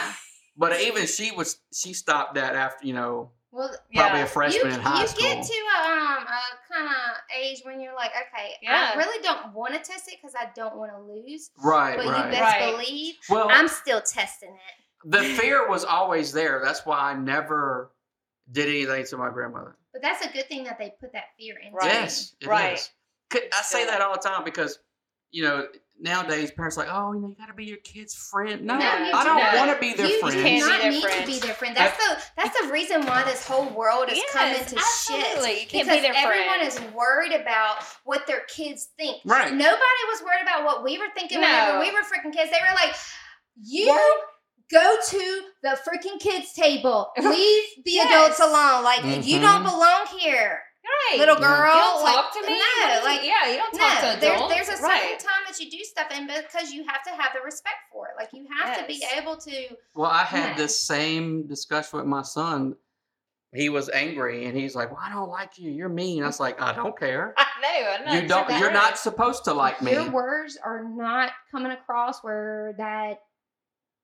But even she was she stopped that after, you know, Well, probably Yeah. a freshman you, in high you school. get to a, um, a kind of age when you're like, okay, Yeah. I really don't want to test it because I don't want to lose. right, But you right. Oh. best Right. believe well, I'm still testing it. the fear was always there. That's why I never did anything to my grandmother. But that's a good thing that they put that fear into Right. me. Yes, it Right. is. Could- I say Yeah. that all the time because, you know, nowadays parents are like, oh, you know, you got to be your kid's friend. No, No, you I do don't not. want to be their you friend. do Can't be not their need friend. to be their friend. That's the that's the reason why this whole world has come Yes, into absolutely. shit. You can't because be their everyone friend. is worried about what their kids think. Right. Nobody was worried about what we were thinking No. whenever we were freaking kids. They were like, you Right. go to the freaking kids table. Leave the Yes. adults alone. Like you Mm-hmm. don't Mhm. belong here, Right. Yeah. little girl. You don't Like, talk to me. What No, is it? like yeah, you don't talk no, to there's, adults. there's a certain right. time that you do stuff, and because you have to have the respect for it, like you have to be Yes. able to. Well, I had Yeah. this same discussion with my son. He was angry and he's like, "Well, I don't like you. You're mean." I was like, "I don't care. I know. I know. You it's don't. your You're friend. not supposed to like me." Your words are not coming across where that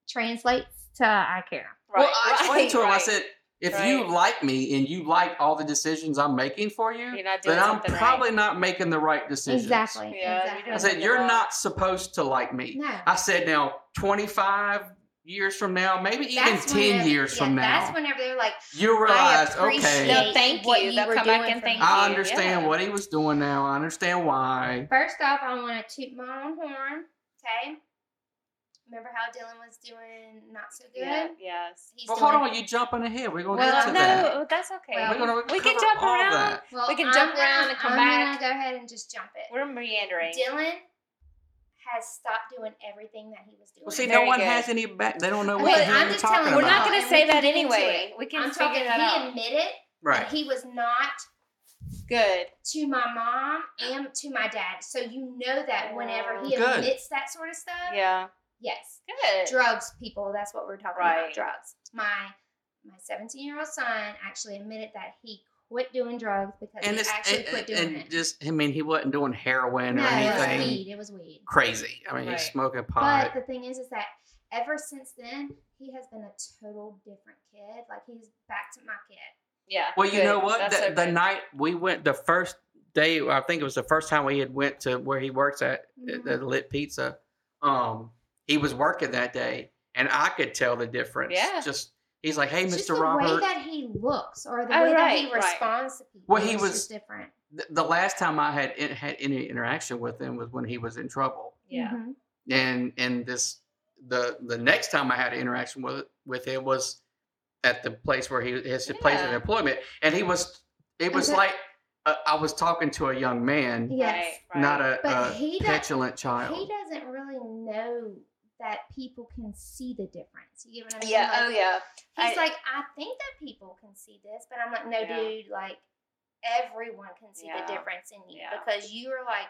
translates to I care. Right. well, I explained right, to him. I right. said, "If right. you like me and you like all the decisions I'm making for you, You're not doing then I'm something right. probably not making the right decisions." Exactly. Yeah, you exactly. I don't- said, "You're not supposed to like me." no. I said, "Now, 25 years from now, maybe even That's 10 whenever- years yeah, from now, That's whenever they're like, you realize, appreciate okay, They'll thank what you. you They'll were come back doing and for thank me. you. I understand yeah. what he was doing now. I understand why." First off, I want to toot my own horn. Okay. Remember how Dylan was doing not so good? Yeah. Yes. He's Well, doing, hold on, you're jumping ahead. We're gonna Well, get to um, no, oh, that. that's okay. Well, We're gonna we can cover jump all around. That. Well, We can I'm jump gonna- around and come I'm back. gonna go ahead and just jump it. We're meandering. Dylan has stopped doing everything that he was doing. Well, see, Very no one good. has any back. They don't know Okay, what the I'm hell you're just telling talking you, about. We're not about. going to And we say can that get into anyway. it. We can I'm talking. figure He that out. admitted that right. he was not Good. to my mom and to my dad. So you know that whenever he Good. admits that sort of stuff, Yeah. yes, Good. drugs, people. That's what we're talking Right. about. Drugs. My my 17 year old son actually admitted that he quit doing drugs because and he it's actually and- quit doing and it. just I mean, he wasn't doing heroin no, or it was anything weed. It was weed. crazy. I mean, Right. he's smoking But pot. the thing is, is that ever since then, he has been a total different kid. Like he's back to my kid. Yeah. well, you good. know what? That's The, so the good. night we went, the first day, I think it was the first time we had went to where he works at, at- at Lit Pizza. Um, he was working that day, and I could tell the difference. Yeah. Just he's like, "Hey, It's Mr. Just the Robert." way that he looks or the Oh, way that he right, right. responds to people. Well, he is was- just different. th- the last time I had in- had any interaction with him was when he was in trouble, Yeah. Mhm. and and this the the next time I had an interaction with with him was at the place where he his place of Yeah. employment, and he was it was Okay. like uh, I was talking to a young man, Yes. Right, not right. a, But Uh, a he does- petulant child. He doesn't really know that people can see the difference. You get what I mean? Yeah. Like, Oh yeah. He's I- like, I think that people can see this, but I'm like, no, Yeah. dude, like everyone can see Yeah. the difference in you Yeah. because you were like,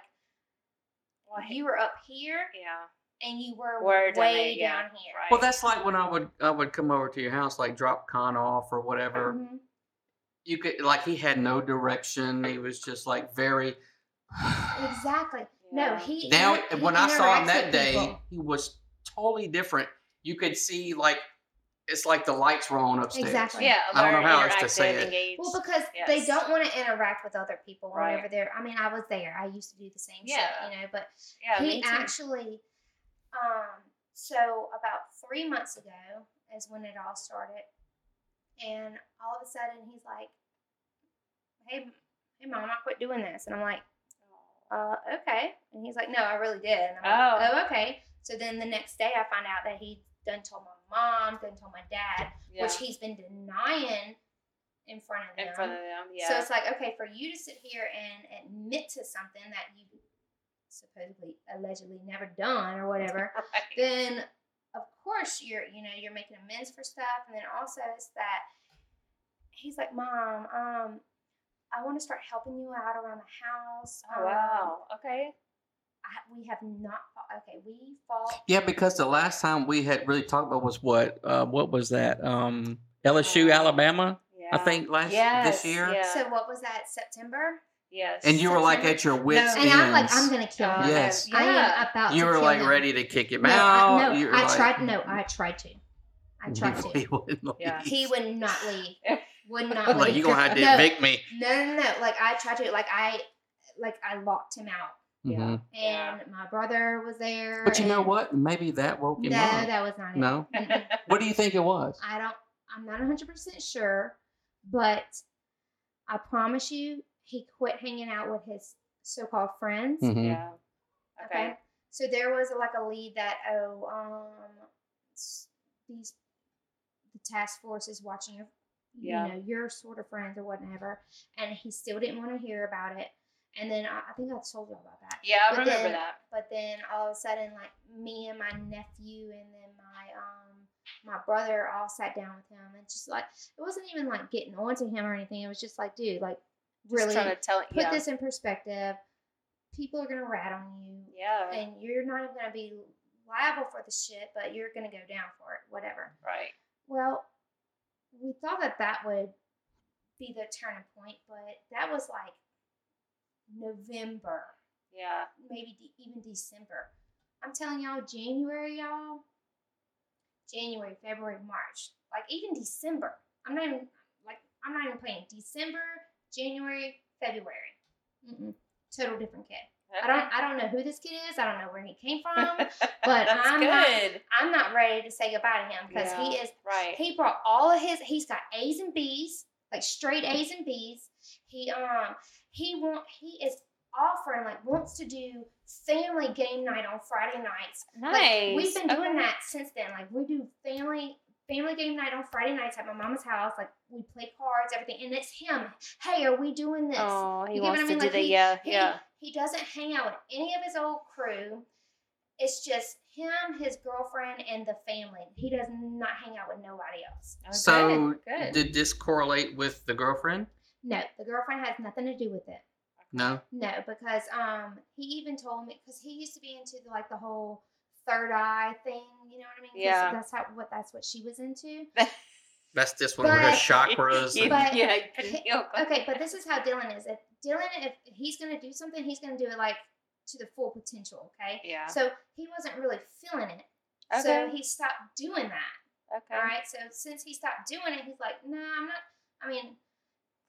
Well, he- you were up here yeah. and you were Were down there, way yeah, down here. Right. well, that's like when I would I would come over to your house, like drop Con off or whatever. Mhm. You could like he had no direction. He was just like very. Exactly. No, Yeah. he now he- he when I saw him interacts that with day, people. he was totally different. You could see like it's like the lights were on upstairs. Exactly. Yeah. I don't know alert, how else to interactive, say it. engaged. Well, because they Yes. don't want to interact with other people Right. whenever they're. I mean, I was there. I used to do the same Yeah. shit, you know. But yeah. me he too. actually, um, so about three months ago is when it all started, and all of a sudden he's like, "Hey, hey, mom, I quit doing this," and I'm like, "Uh, okay," and he's like, "No, I really did." And I'm like, "Oh, okay." So then the next day, I find out that he done told my mom, done told my dad, yeah. which he's been denying in front of them. in front of them. Yeah. So it's like, okay, for you to sit here and admit to something that you supposedly, allegedly never done or whatever, Right. then of course you're, you know, you're making amends for stuff. And then also it's that he's like, Mom, um, I want to start helping you out around the house. Oh, Um, wow. Okay. I, we have not, fought- okay, we fought. Yeah, because the last time we had really talked about was what? Uh, what was that? Um, LSU, Uh, Alabama, Yeah. I think last Yes, this year. Yeah. So what was that, September? yes. And you were like at your wits' And I'm like, ends. I'm going to kill Uh, him. Yes. I yeah. am about you to were kill like him. ready to kick him No, out. I, You no, were I like- tried. No, I tried to. I tried He to. wouldn't leave. Yeah. He would not leave. Would not Like leave. you gonna have to no, evict me. No, no, no. Like I tried to. Like I, like I locked him out, Yeah. Mhm. and my brother was there. But you know and- what? Maybe that woke No, him up. that was not it. No? Mm-mm. What do you think it was? I don't. I'm not 100 percent sure, but I promise you, he quit hanging out with his so-called friends. Mhm. Yeah. Okay. Okay. So there was like a lead that oh um s- these the task force is watching your Yeah. you know your sort of friends or whatever, and he still didn't want to hear about it. And then I, I think I told you all about that. Yeah, I But remember then- that. But then all of a sudden, like me and my nephew, and then my um my brother all sat down with him, and just like it wasn't even like getting on to him or anything. It was just like, dude, like really Just trying to tell it. put Yeah. this in perspective. People are gonna rat on you yeah. and you're not even going to be liable for the shit, but you're going to go down for it, whatever. Right. Well, we thought that that would be the turning point, but that was like November, Yeah. maybe de- even December. I'm telling y'all, January, y'all, January, February, March, like even December. I'm not even like I'm not even playing December, January, February. Mm-mm. Total different kid. I don't I don't know who this kid is. I don't know where he came from. but That's I'm not- good. I'm not ready to say goodbye to him because he Yeah, is right. he brought all of his he's got A's and B's, like straight A's and B's. He um he want he is offering like wants to do family game night on Friday nights. nice. Like, we've been doing Okay. that since then. Like we do family family game night on Friday nights at my mama's house. Like we play cards, everything, and it's him. Hey, are we doing this? Oh, he You get what wants I to do mean? Like, the he- yeah, He, yeah, He doesn't hang out with any of his old crew. It's just him, his girlfriend, and the family. He does not hang out with nobody else. Okay, So good. did this correlate with the girlfriend? No, the girlfriend has nothing to do with it. No. No, because um, he even told me because he used to be into like the whole third eye thing. You know what I mean? 'Cause Yeah. That's how what that's what she was into. That's just one of her But- chakras. You- and- But- yeah, you couldn't feel- Okay, but this is how Dylan is. If Dylan, if he's gonna do something, he's gonna do it like to the full potential. Okay. yeah, So he wasn't really feeling it. So Okay. he stopped doing that. okay. All right. So since he stopped doing it, he's like, no, I'm not. I mean,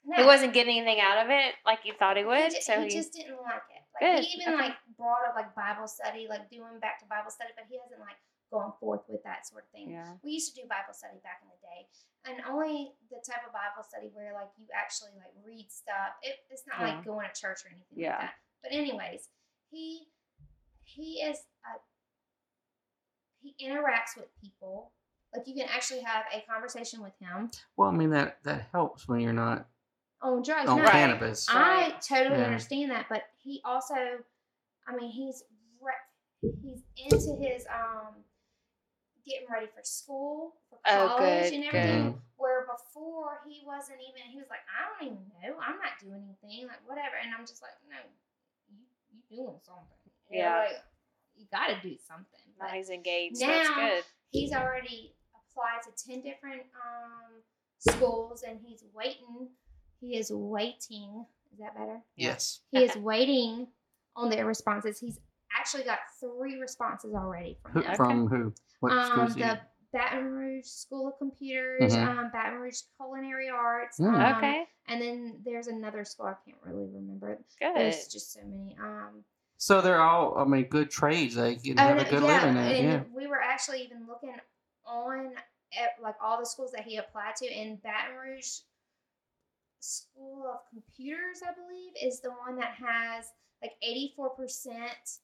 no. He wasn't getting anything out of it like you thought he He, would. ju- so he he, just didn't like it. Like he Good, even okay. like brought up like Bible study, like doing back to Bible study, but he hasn't like going forth with that sort of thing. Yeah. We used to do Bible study back in the day, and only the type of Bible study where like you actually like read stuff. It, it's not Yeah. like going to church or anything Yeah. like that. But anyways, he he is a, he interacts with people. Like you can actually have a conversation with him Well, I mean that that helps when you're not on drugs. on No, Right. cannabis. I Right. totally Yeah. understand that, but he also, I mean, he's re- he's into his um getting ready for school, for Oh, college, good, and everything. Mhm. Where before he wasn't even, he was like, I don't even know, I'm not doing anything, like whatever. And I'm just like, no, you you doing something? You know, Yeah. like, you got to do something. Now But he's engaged. That's Now- good. he's already applied to 10 different um, schools and he's waiting. He is waiting. Is that better? Yes. He is waiting on their responses. He's actually got three responses already from Who, them. From who? What Um, schools you- the Baton Rouge School of Computers, Mhm. um, Baton Rouge Culinary Arts, Mm. um, okay. and then there's another school I can't really remember. it. Good. There's just so many. Um, So they're all, I mean, good trades. They can Oh, have no, a good yeah, living at. and Yeah. we were actually even looking on at like all the schools that he applied to in Baton Rouge School of Computers, I believe, is the one that has like eighty four percent.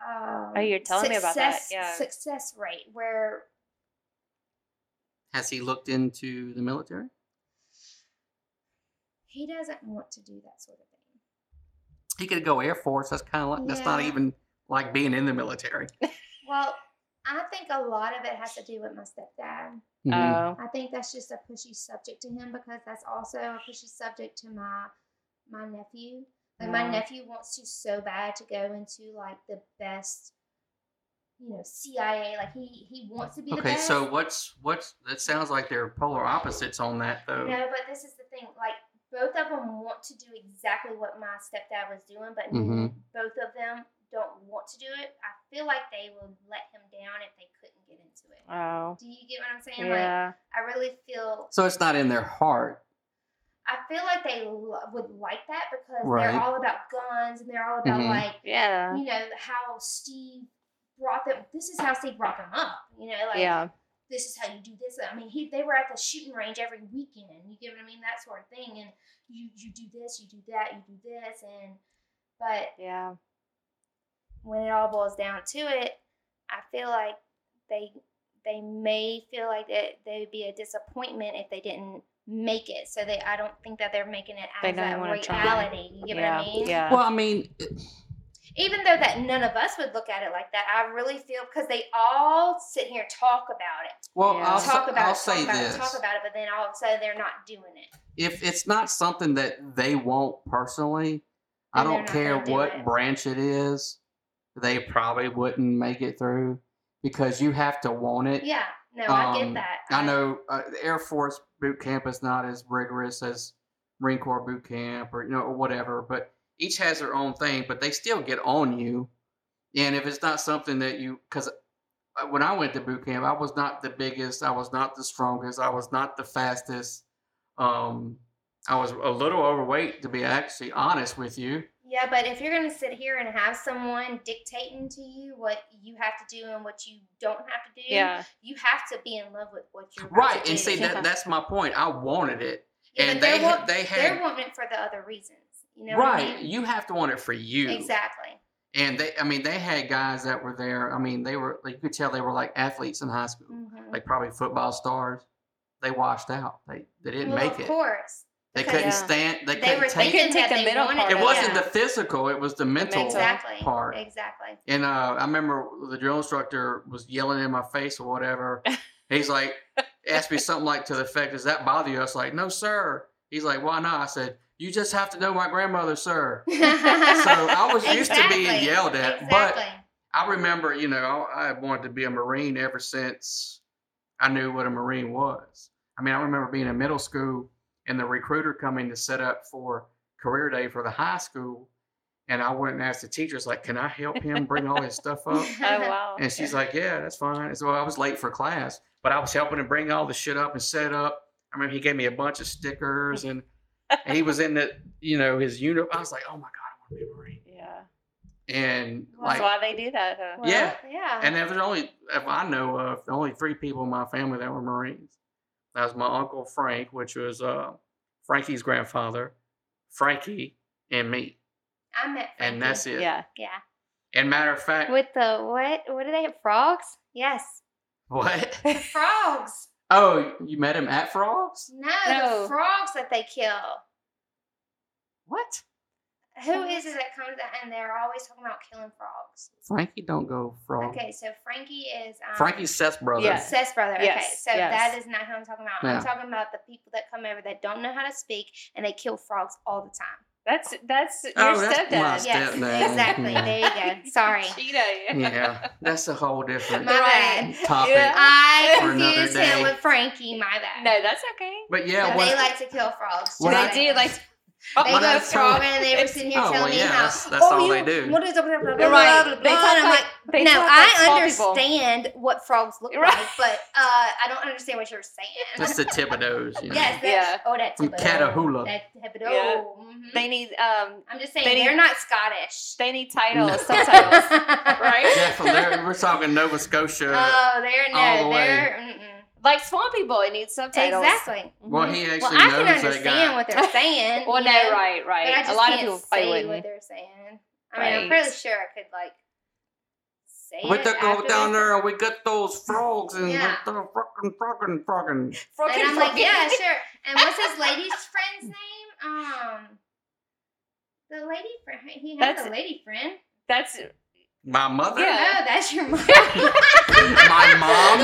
um, Oh, you're telling me about that, yeah. Success rate where Has he looked into the military? he doesn't want to do that sort of thing. He could go Air Force. That's kind of like, that's not Yeah. even like being in the military. Well, I think a lot of it has to do with my stepdad. Mhm. Oh, I think that's just a pushy subject to him because that's also a pushy subject to my my nephew. Like my Yeah. nephew wants to so bad to go into like the best, you know, CIA. Like he he wants to be the okay, best. so what's, what's, that sounds like they're polar opposites on that though. no, but this is the thing. Like both of them want to do exactly what my stepdad was doing, but Mhm. both of them don't want to do it. I feel like they would let him down if they couldn't get into it. oh, Do you get what I'm saying? Like yeah. I really feel So it's not in their heart. I feel like they lo- would like that because Right. they're all about guns and they're all about Mhm. like Yeah. you know how Steve brought them. This is how Steve brought them up. You know, like Yeah. this is how you do this. I mean, he they were at the shooting range every weekend. You get what I mean? That sort of thing. And you you do this, you do that, you do this, and but Yeah. when it all boils down to it, I feel like they they may feel like that they would be a disappointment if they didn't make it. So they I don't think that they're making it They out of don't that wanna try. reality. You get yeah. what I mean? Yeah. Well, I mean, it- Even though that none of us would look at it like that, I really feel because they all sit here talk about it, well, Yeah. I'll, s- talk about I'll it, say talk about this. it, talk about it, but then all of a sudden they're not doing it. if it's not something that they want personally, I Then they're don't not care gonna do what it. branch it is, they probably wouldn't make it through because you have to want it. Yeah, no, I Um, get that. I know uh, the Air Force boot camp is not as rigorous as Marine Corps boot camp or you know or whatever, but each has their own thing, but they still get on you. And if it's not something that you, because when I went to boot camp, I was not the biggest, I was not the strongest, I was not the fastest. Um, I was a little overweight, to be actually honest with you. Yeah, but if you're going to sit here and have someone dictating to you what you have to do and what you don't have to do, Yeah. you have to be in love with what you're about Right, to and do. see that that's my point. I wanted it, Yeah, and but they they're, want, they they're had wanting it for the other reasons, you know? what I right. mean? You have to want it for you, exactly. And they, I mean, they had guys that were there. I mean, they were, like, you could tell they were like athletes in high school, Mhm. like probably football stars. They washed out. They they didn't well, make of it. course, They because couldn't Yeah. stand. They, they, couldn't were take. thinking They couldn't take that the they middle wanted part. it out, wasn't yeah. the physical. It was the mental, mental. exactly part. Exactly. And uh, I remember the drill instructor was yelling in my face or whatever. He's like, asked me something like to the effect, "Does that bother you?" I was like, "No, sir." He's like, "Why not?" I said, "You just have to know my grandmother, sir." so So I was used to being Exactly. yelled at, but exactly. I remember, you know, I had wanted to be a Marine ever since I knew what a Marine was. I mean, I remember being in middle school and the recruiter coming to set up for career day for the high school. And I went and asked the teachers, like, can I help him bring all his stuff up? Oh wow. And she's like, yeah, that's fine. And so I was late for class, but I was helping him bring all the shit up and set it up. I remember he gave me a bunch of stickers and, and he was in the, you know, his uniform. I was like, oh my God, I want to be a Marine. Yeah. and like That's why they do that, huh? Well, Yeah. Yeah. And if there's only, if I know of, the only three people in my family that were Marines. That was my uncle Frank, which was uh, Frankie's grandfather, Frankie, and me. I met Frankie. And that's it. Yeah. Yeah. And matter of fact, With the what? What do they have? Frogs? Yes. what? Frogs. Oh, you met him at Frogs? No, No. the frogs that they kill. What? Who is it that comes out and they're always talking about killing frogs? Frankie don't go Frogs. Okay, so Frankie is um, Oh. Frankie's Seth's brother. Yeah. Seth's brother. Yes, okay, so yes. that is not who I'm talking about. Yeah. I'm talking about the people that come over that don't know how to speak and they kill frogs all the time. That's that's your Oh, stepdad. that's my Yes, Stepdad. exactly. There you go. Sorry, Cheetah. Yeah, that's a whole different my bad. Right. topic. Yeah. I For another confused him day. with Frankie. My bad. No, that's okay. But But yeah, they what- like to kill frogs. What just I- they do like. They What I go told- frog and they were sitting here oh, telling well, me yeah, how. that's, that's all you, they do. What is blah, blah, blah, blah, Right. blah, blah, They blah. talk And I'm like- they like, no, talk like I small people. understand what frogs look Right. like, but uh, I don't understand what you're saying. That's the tip of those. You know. yes, that, Yeah. oh, that's From Catahoula. That Thibodeau. Yeah. mhm. They need um. I'm just saying they they need- are not Scottish. They need titles No. sometimes, right? Definitely, they're- we're talking Nova Scotia. oh, they're all the no, way. they're Like swamp people, it needs subtitles. mm-mm. exactly. well, he Well, actually I knows can that guy. understand what they're saying. Well, you no, know, right, But I right. just A lot of can't people say probably what wouldn't. they're saying. I mean, I'm Right. pretty sure I could like say we it took go after down this. there and we got those frogs and Yeah. we throw frogin' frogin' frogin'. Froggy, And I'm like, froggy. yeah, sure. And what's his lady's friend's name? Um, the lady friend. He had That's- a lady friend. That's My mother, Yeah. Oh, that's your mom. my mom.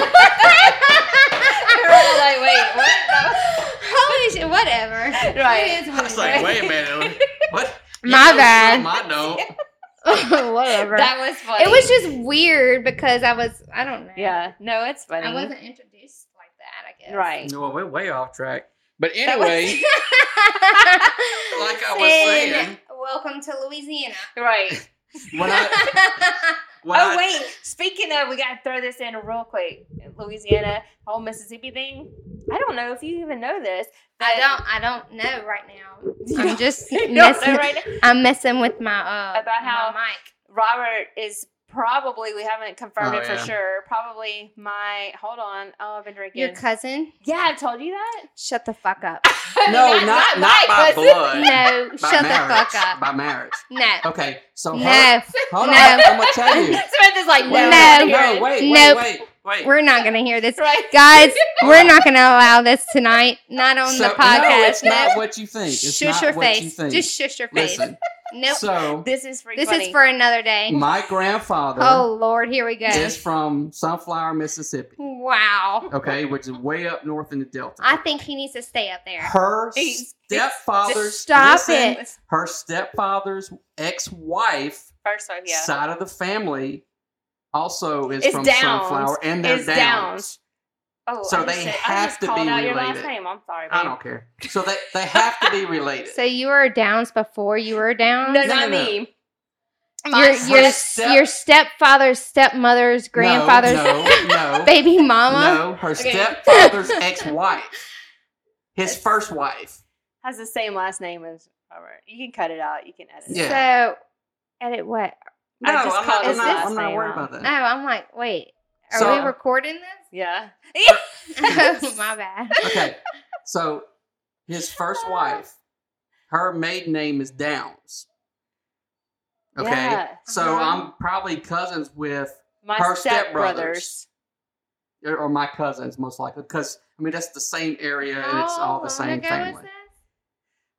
they're all like, wait, what? That Holy shit! Whatever. Right. It is I what was it like, is. wait a minute, what? You My know bad. something I know. Whatever. was, that was funny. it was just weird because I was. I don't know. Yeah. No, it's funny. I wasn't introduced like that. I guess. Right. Well, we're way off track. But That was- anyway, like I was And saying, welcome to Louisiana. Right. when I when oh I, wait. Speaking of, we gotta throw this in real quick. Louisiana, whole Mississippi thing. I don't know if you even know this. I don't. I don't know right now. You I'm don't- just You messing. don't know right now. I'm messing with my uh About how- my mic. Robert is probably we haven't confirmed Oh, it for yeah. sure. Probably my hold on. Oh, I've been drinking. Your cousin. yeah, I told you that. Shut the fuck up. no, not not by cousin. blood, No, by shut Uh, marriage, Oh, the fuck up. by marriage. No. Okay, so her, No. hold No. on, I'm gonna tell you. Samantha's like, no, Wait, I'm No. not no, here. wait, wait, Nope. wait, wait. We're not gonna hear this. That's right. Guys, we're not gonna allow this tonight. Not on So- the podcast. No, it's not No. what you think. It's not shush your what you face. think. Just shush your face. Listen. Nope. So This is free this money. is for another day. my grandfather Oh Lord, here we go. is from Sunflower, Mississippi. Wow. Okay, which is way up north in the Delta. I think he needs to stay up there. her He's- stepfather's Stop listen, it. Her stepfather's ex-wife First one, yeah. side of the family also is It's from Downs. Sunflower, and they're It's Downs. Downs. oh, so I just they said- I have just to be called out your last related. name. I'm sorry. I babe. don't care. So they they have to be related. So you were Downs before you were Downs? No, No, not no, no. me. your My- your, Her step- your stepfather's stepmother's grandfather's uh-huh. No, no, no, baby mama. no. Her Okay. stepfather's ex-wife, his first wife. has the same last name as Robert. You can cut it out. You can edit. it. Yeah. So edit what? No, I just I'm called not. I'm his not, last I'm not name worried out. about Oh, that. I'm like, wait, are Uh, So- we recording this? Yeah. oh, my bad. okay. So his first wife, her maiden name is Downs. Okay. Yeah. So Uh-huh. I'm probably cousins with, My Her stepbrothers. stepbrothers. or or my cousins most likely, because I mean that's the same area and it's all Oh, the same family.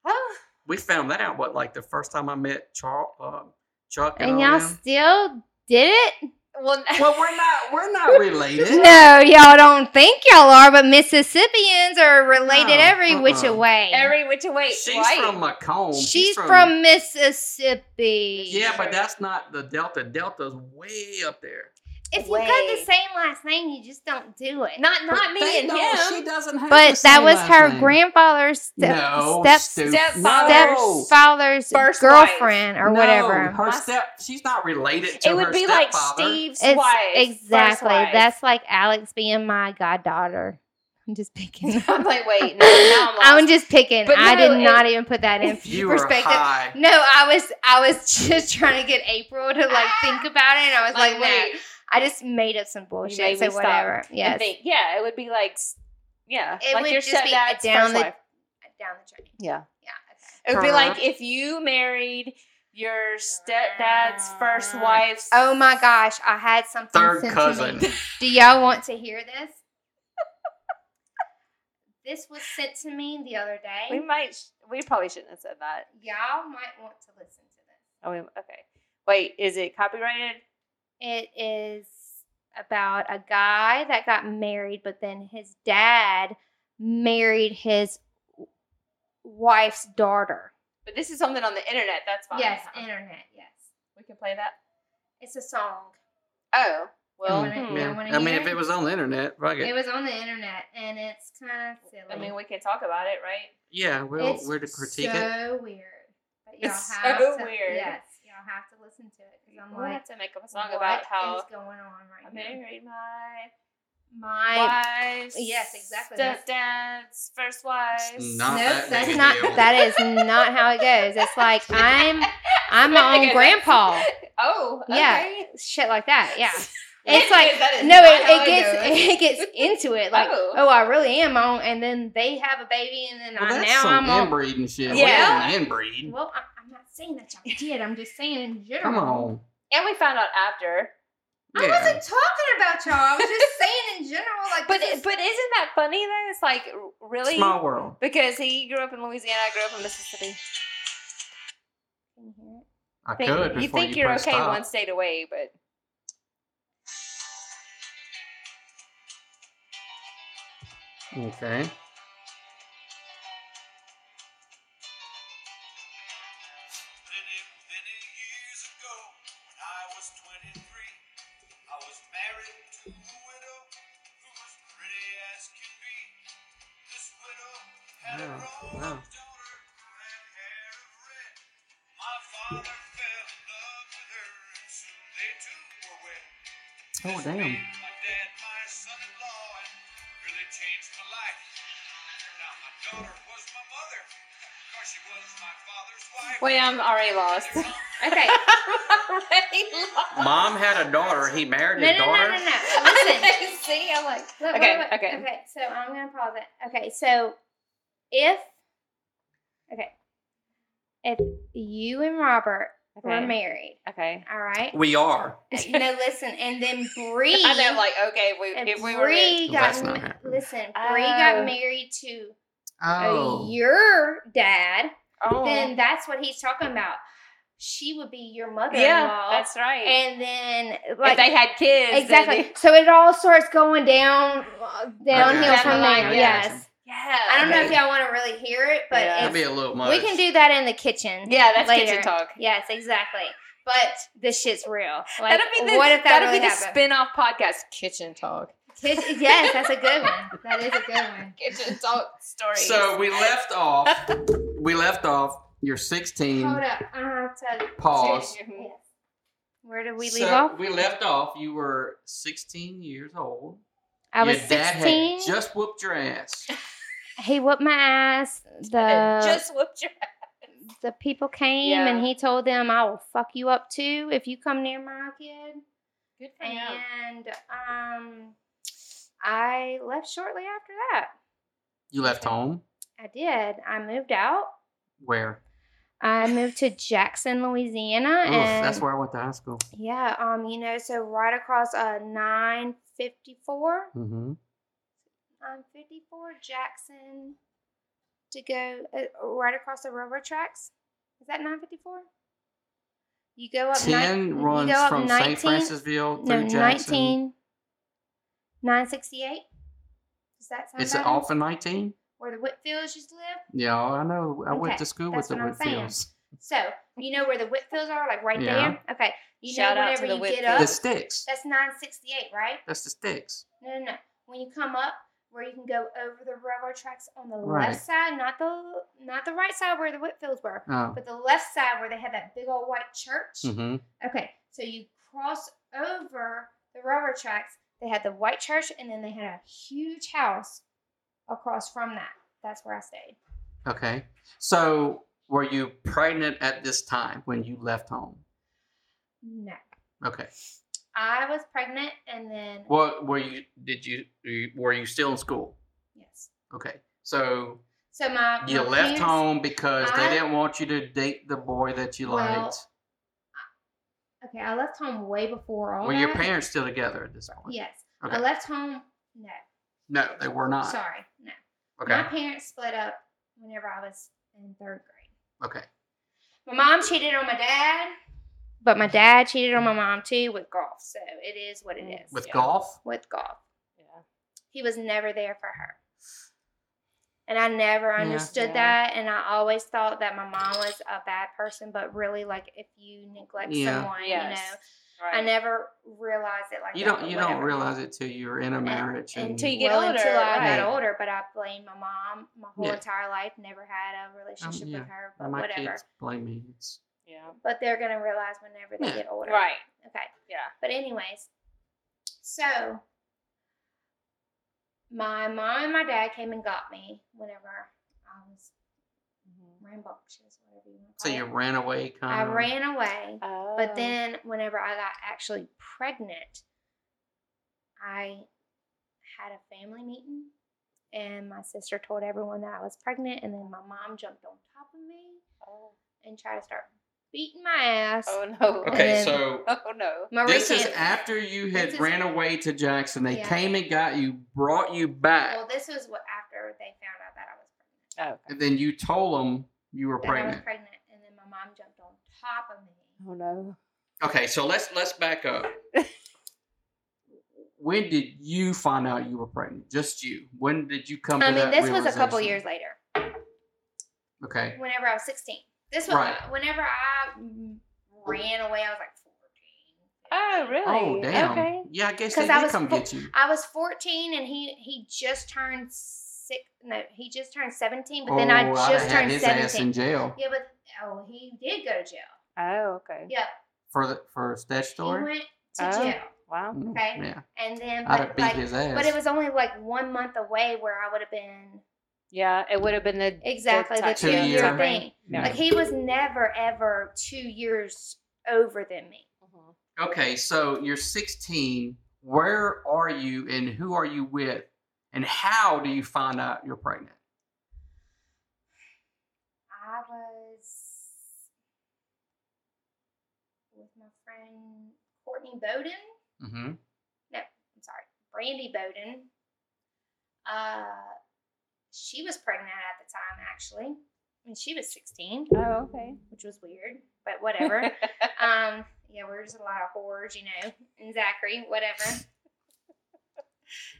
Oh, We found that out what like the first time I met Chuck. Uh, Chuck and, And all y'all them. still did it? well, well, we're not we're not related. No, y'all don't think y'all are, but Mississippians are related No, every which uh-uh. way. every which way. She's right. from Macomb. She's, from Mississippi. Yeah, but that's not the Delta. Delta's way up there. If you got Way. the same last name, you just don't do it. not not But me they and don't- She him. doesn't have the But that same was last her name. grandfather's step, no, step, stu- stepfather. no. stepfather's First wife. girlfriend or No, whatever. Her My- step, she's not related to It would her be like stepfather. Steve's It's wife. first exactly. wife. That's like Alex being my goddaughter. I'm just picking. I'm like, wait, no, no, I'm lost. I'm just picking. But I no, did it- not even put that in You were perspective. high. No, I was I was just trying to get April to like think about it, and I was like, like, no, wait. I just made up some made bullshit. me So stop whatever. I Yes, think, yeah, it would be like, s- yeah, It like would your just be stepdad's down first the- wife. down the train. Yeah. Yeah. Okay. It would be Correct. like if you married your stepdad's first wife's. Oh my gosh, I had something. Third sent to cousin. me. Do y'all want to hear this? this was sent to me the other We day. might. sh- We probably shouldn't have said that. Y'all might want to listen to this. Oh, we- okay. Wait, is it copyrighted? It is about a guy that got married, but then his dad married his w- wife's daughter. But this is something on the internet. That's fine. Yes, Huh? internet. Yes, we can play that. it's a song. Oh, well. Mm, hmm. yeah. Yeah. wanna I mean, hear if it? it was on the internet, fuck it. It was on the internet, and it's kind of silly. I mean, we can talk about it, right? yeah, we'll, It's we're to critique so it. weird. But y'all It's have so to, weird. Yes, y'all have to listen to it because I'm We'll like, have to make up a song what about how is going on I right now? married my My wife's yes, exactly. That's- stepdad's first wife. not nope, that that's big a not. deal. That is not how it goes. It's like I'm, I'm my own grandpa. Oh, okay. Yeah. Shit like that. Yeah. That It's like is- that is no, not it, how it gets goes. it gets into it like Oh. oh. I really am on, and then they have a baby, and then Well, I, that's now some I'm on. inbreeding shit. Yeah. We didn't inbreed. Well, I, I'm not saying that y'all did. I'm just saying in general. Come on. and we found out after. I wasn't talking about y'all. I was just saying in general, like, But but this isn't is- that funny though? It's like r- really Small world. because he grew up in Louisiana, I grew up in Mississippi. I Think- could before you think you are press okay stop. one state away, but Okay. Many, many years ago, when I was 23, I was married to a widow who was pretty as can be. This widow had a Wow, wow. grown daughter and hair of red. My father fell in love with her, and soon they too were wed. Oh, This damn. made My dad, my son-in-law, and really changed my life. Now my daughter was my mother, 'cause she was my father's wife. wait, I'm already lost. okay. I'm already lost. Mom had a daughter. He married No, his no, no, daughter. no, no, no. Listen. See, I'm like Look, Okay, wait, wait. okay. Okay, so I'm going to pause it. Okay, so if, okay, if you and Robert were Okay. married, okay. all right? We are. no, listen, and then Bree. I know, like okay, if we, if if we were Bree That's got, not ma- happening. listen, Bree got Oh. married to uh, your dad, Oh. then that's what he's talking about. She would be your mother-in-law. yeah, that's right. and then if like they had kids, then exactly. they- so it all starts going down, uh, downhill Okay. from Down there. the line, yeah. Yes. yeah, I don't know if Okay. y'all want to really hear it, but Yeah. That'd be it's, a little much. we can do that in the kitchen. Yeah, that's later. kitchen talk. Yes, exactly. But this shit's real. Like, That'll be the, what if that that'll really be the happened? spin-off podcast, Kitchen Talk. Kitchen- yes, that's a good one. That is a good one. Kitchen Talk stories. So we left off. we left off. You're 16. Hold up, I have to. Pause. Yes. Where did we So leave off? We left off. You were 16 years old. I was Your dad sixteen. had just whooped your ass. he whooped my ass. The And just whooped your the people came Yeah. and he told them, I will fuck you up too if you come near my kid. Good for him. And um, I left shortly after that. You left home. I did. I moved out. Where? I moved to Jackson, Louisiana. Oof, and that's where I went to high school. Yeah, um, you know, so right across uh 954, Mm-hmm. um, 54 Jackson to go uh, right across the railroad tracks. Is that 954? You go up nine- 10 you runs go up from St. 19 Francisville No, through Jackson. 19, 968. Does that sound Is it better? off of 19? Where the Whitfields used to live? Yeah, I know. I went Okay, to school that's with the what I'm saying. Whitfields. So, you know where the Whitfields are, like right Yeah. there? Okay. You Shout know, out to whenever the you get Whitfields. up, The sticks. that's 968, right? That's the sticks. No, no, no. When you come up, where you can go over the railroad tracks on the Right. left side, not the not the right side where the Whitfields were, Oh. but the left side where they had that big old white church. Mm-hmm. Okay, so you cross over the railroad tracks. They had the white church, and then they had a huge house across from that. That's where I stayed. Okay. So were you pregnant at this time when you left home? No, Okay. I was pregnant, and then What were you? Did you were you still in school? yes. Okay. So So my you my left parents- home because I- they didn't want you to date the boy that you Well, liked. Okay, I left home way before all Were your that. parents still together at this point? Yes, Okay. Uh, I left home. No, No, they were not. sorry, no. Okay. My parents split up whenever I was in third grade. Okay. My mom cheated on my dad, but my dad cheated on my mom too with golf. So it is what it is. Mm, With Yeah. golf? With golf. Yeah. He was never there for her. And I never Yeah. understood Yeah. that. And I always thought that my mom was a bad person, but really, like, if you neglect Yeah. someone, Yes. you know, I never realized it like You that, don't but you don't whatever. realize it till you're in a marriage and, Until you get well, older. until I right. got older, but I blame my mom my whole Yeah. Um, entire life. Never had a relationship yeah. with her, but my whatever. kids blame me. It's, Yeah. But they're gonna realize whenever they Yeah. get older, Right. Okay. Yeah. But anyways, so my mom and my dad came and got me whenever I was Mm-hmm. rambunctious, whatever you want to so call you it. ran away kind I of. ran away. Oh. But then whenever I got actually pregnant, I had a family meeting and my sister told everyone that I was pregnant and then my mom jumped on top of me Oh, and tried to start beating my ass. oh no. Okay, then- so Oh no. Marie this is can't- after you had This is- ran away to Jackson. They Yeah. came and got you, brought you back, Well, this was what after they found out that I was pregnant. Oh. and then you told them you were that I was pregnant. pregnant, and then my mom jumped on top of me. Oh no. Okay, so let's let's back up. when did you find out you were pregnant? Just you. When did you come? I to mean, that this was a couple years realization? later, Okay. whenever I was 16. This was Right. whenever I mm, ran away, I was like 14. Oh really? Oh damn. Okay. Yeah, I guess 'Cause they I did was come fo- get you. I was 14, and he he just turned six. No, he just turned 17, but then I Oh, I'd just have turned his ass 17. in jail Yeah, but oh, he did go to jail. Oh okay. Yeah, for the for he statutory. went to Oh. jail, Wow. Mm, okay. Yeah, and then I'd have but beat like, his ass. but it was only like one month away where I would have been Yeah. It would have been the exactly the type two Two of year year something. thing. Yeah. Like he was never ever two years over than me. Mhm. Okay, so you're 16. Where are you and who are you with? And how do you find out you're pregnant? I was with my friend Courtney Bowden. Mm-hmm. I'm sorry, Brandy Bowden. Uh, she was pregnant at the time, actually, and she was 16, Oh okay. which was weird, but whatever. um, yeah, we're just a lot of whores, you know, and Zachary, whatever.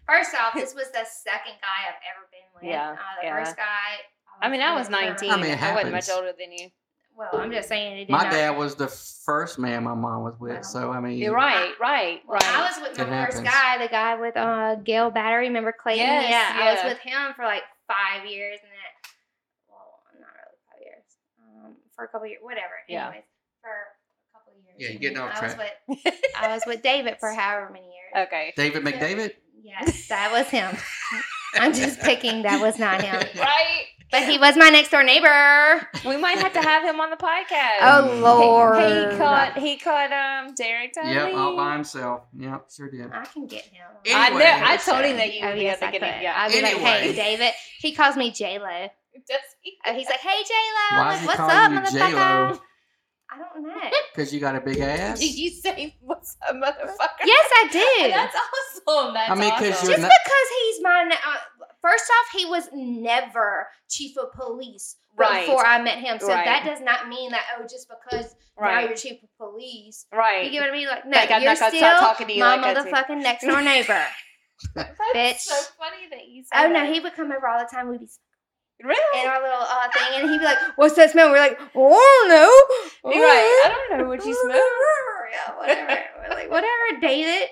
First off, this was the second guy I've ever been with. Yeah, Uh, the yeah. first guy. I mean, I was with for- 19. I mean, it I wasn't much happens. older than you. Well, I'm just saying it did My not- dad was the first man my mom was with, Wow. so I mean, You're right, right, Well, right. I was with my It first happens. guy, the guy with uh Gail Battery. Remember Clayton? Yes, yeah, I was yeah. with him for like five years, and then well, not really five years, um, for a couple years, whatever. Yeah. Anyways, for a couple years. Yeah, you're and getting then off I was track. with I was with David for however many years. okay. David McDavid. Yes, that was him. I'm just picking that was not him, Right. but he was my next door neighbor. We might have to have him on the podcast. Oh Lord, He, he caught he caught um Derek Tony. Yep, all by himself. Yep, sure did. I can get him. Anyway. I know. I Anyway. told him that you Oh, had yes, to I get could. him. Yeah. I'd be like, hey, Anyway. David. He calls me J Lo. Does he? Oh, he's like, hey J Lo. Why is I'm he like, what's up, calling you J motherfucker? Lo? I don't know. Because you got a big ass. Did you say what's up, motherfucker? yes, I do. That's awesome. That's I mean, 'cause awesome. you're Just not- because he's my ne- uh, first off, he was never chief of police Right. before I met him, so Right. that does not mean that oh, just because now right, you're chief of police, right. you get what I mean? Like, no, Like, I'm you're not gonna still start talking to you my like that, too. motherfucking next door neighbor. That's bitch. so funny that you said oh no, that. he would come over all the time. We'd be really. in our little uh, thing, and he'd be like, "What's that smell?" We're like, "Oh no, You're right. I don't know what you smell. yeah, whatever. We're like, whatever, David.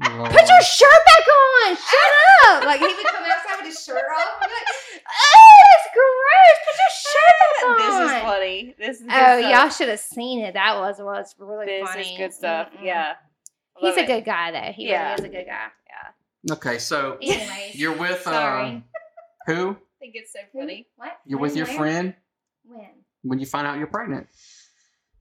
Lord. Put your shirt back on. Shut up. Like he would come outside with his shirt off. And be like, oh, it's gross. Put your shirt back on. This is funny. This is good Oh, stuff. y'all should have seen it. That was was really This funny. is good stuff. Mm-mm. Yeah. I He's love a it. good guy though. He Yeah. really is a good guy. Okay, so Anyways. you're with. Sorry. Um, Who? think it's so Who? funny. What? You're with your Where? friend When? when you find out you're pregnant.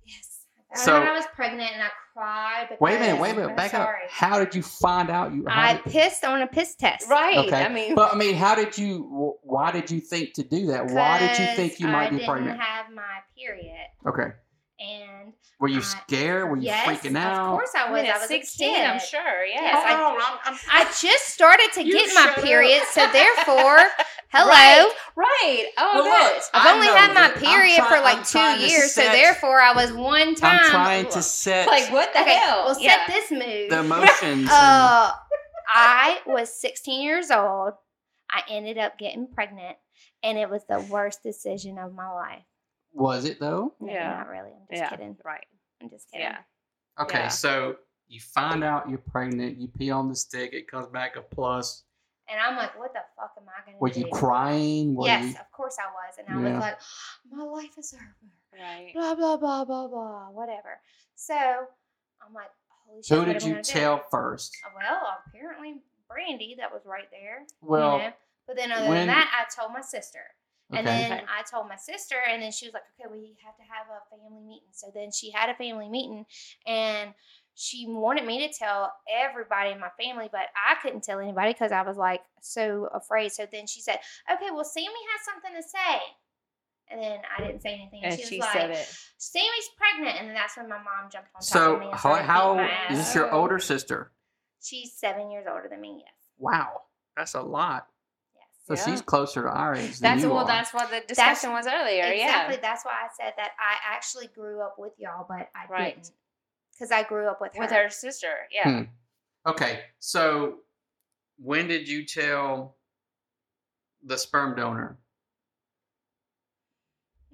Yes. I So- thought I was pregnant and I cried. Wait a because- minute, wait a minute, I'm back sorry. up. How did you find out you? how I did- pissed on a piss test. Right. Okay. I mean, But I mean, how did you? wh- Why did you think to do that? Why did you think you Because might I be didn't pregnant? have my period, okay. and Were you I- scared? Were you yes, freaking out? Of course I was. I, at was 16, a kid. I'm sure. Yeah. Yes, I- I'm- I'm- I just started to You get my shut period, up. so therefore, hello. Right. Right. Oh, Well, good. look, I've I only know had my that. I'm period try- for like I'm trying two to years, so set- therefore I was one time. I'm trying to set Like, what the okay, hell? well, yeah. set this mood. the emotions. and- Uh, I was 16 years old. I ended up getting pregnant, and it was the worst decision of my life. was it though? No, Yeah. not really. I'm just Yeah. kidding. right. I'm just kidding. Yeah. Okay, Yeah. so you find out you're pregnant. You pee on the stick. It comes back a plus. And I'm like, what the fuck am I gonna Were do? you crying? Were yes, you- of course I was, and I Yeah. was like, my life is over. Right. Blah blah blah blah blah. Whatever. So I'm like, holy shit. Who what did am I you gonna do? Uh, tell first? Well, apparently Brandy, that was right there. Well, you know? but then other when- than that, I told my sister. okay. And then I told my sister, and then she was like, okay, we have to have a family meeting. So then she had a family meeting, and she wanted me to tell everybody in my family, but I couldn't tell anybody because I was like so afraid. So then she said, okay, well, Sammy has something to say. And then I didn't say anything. And she was she like, said it. Sammy's pregnant. And then that's when my mom jumped on top of me. so and how, started beating my how is this ass. your older sister? She's seven years older than me. Yes. Wow, that's a lot. So Yes. Yeah. she's closer to our age than That's you well. are. That's what the discussion was earlier. Exactly. Yeah. That's why I said that I actually grew up with y'all, but I Right. didn't because I grew up with her. With her sister. Yeah. Hmm. Okay, so when did you tell the sperm donor?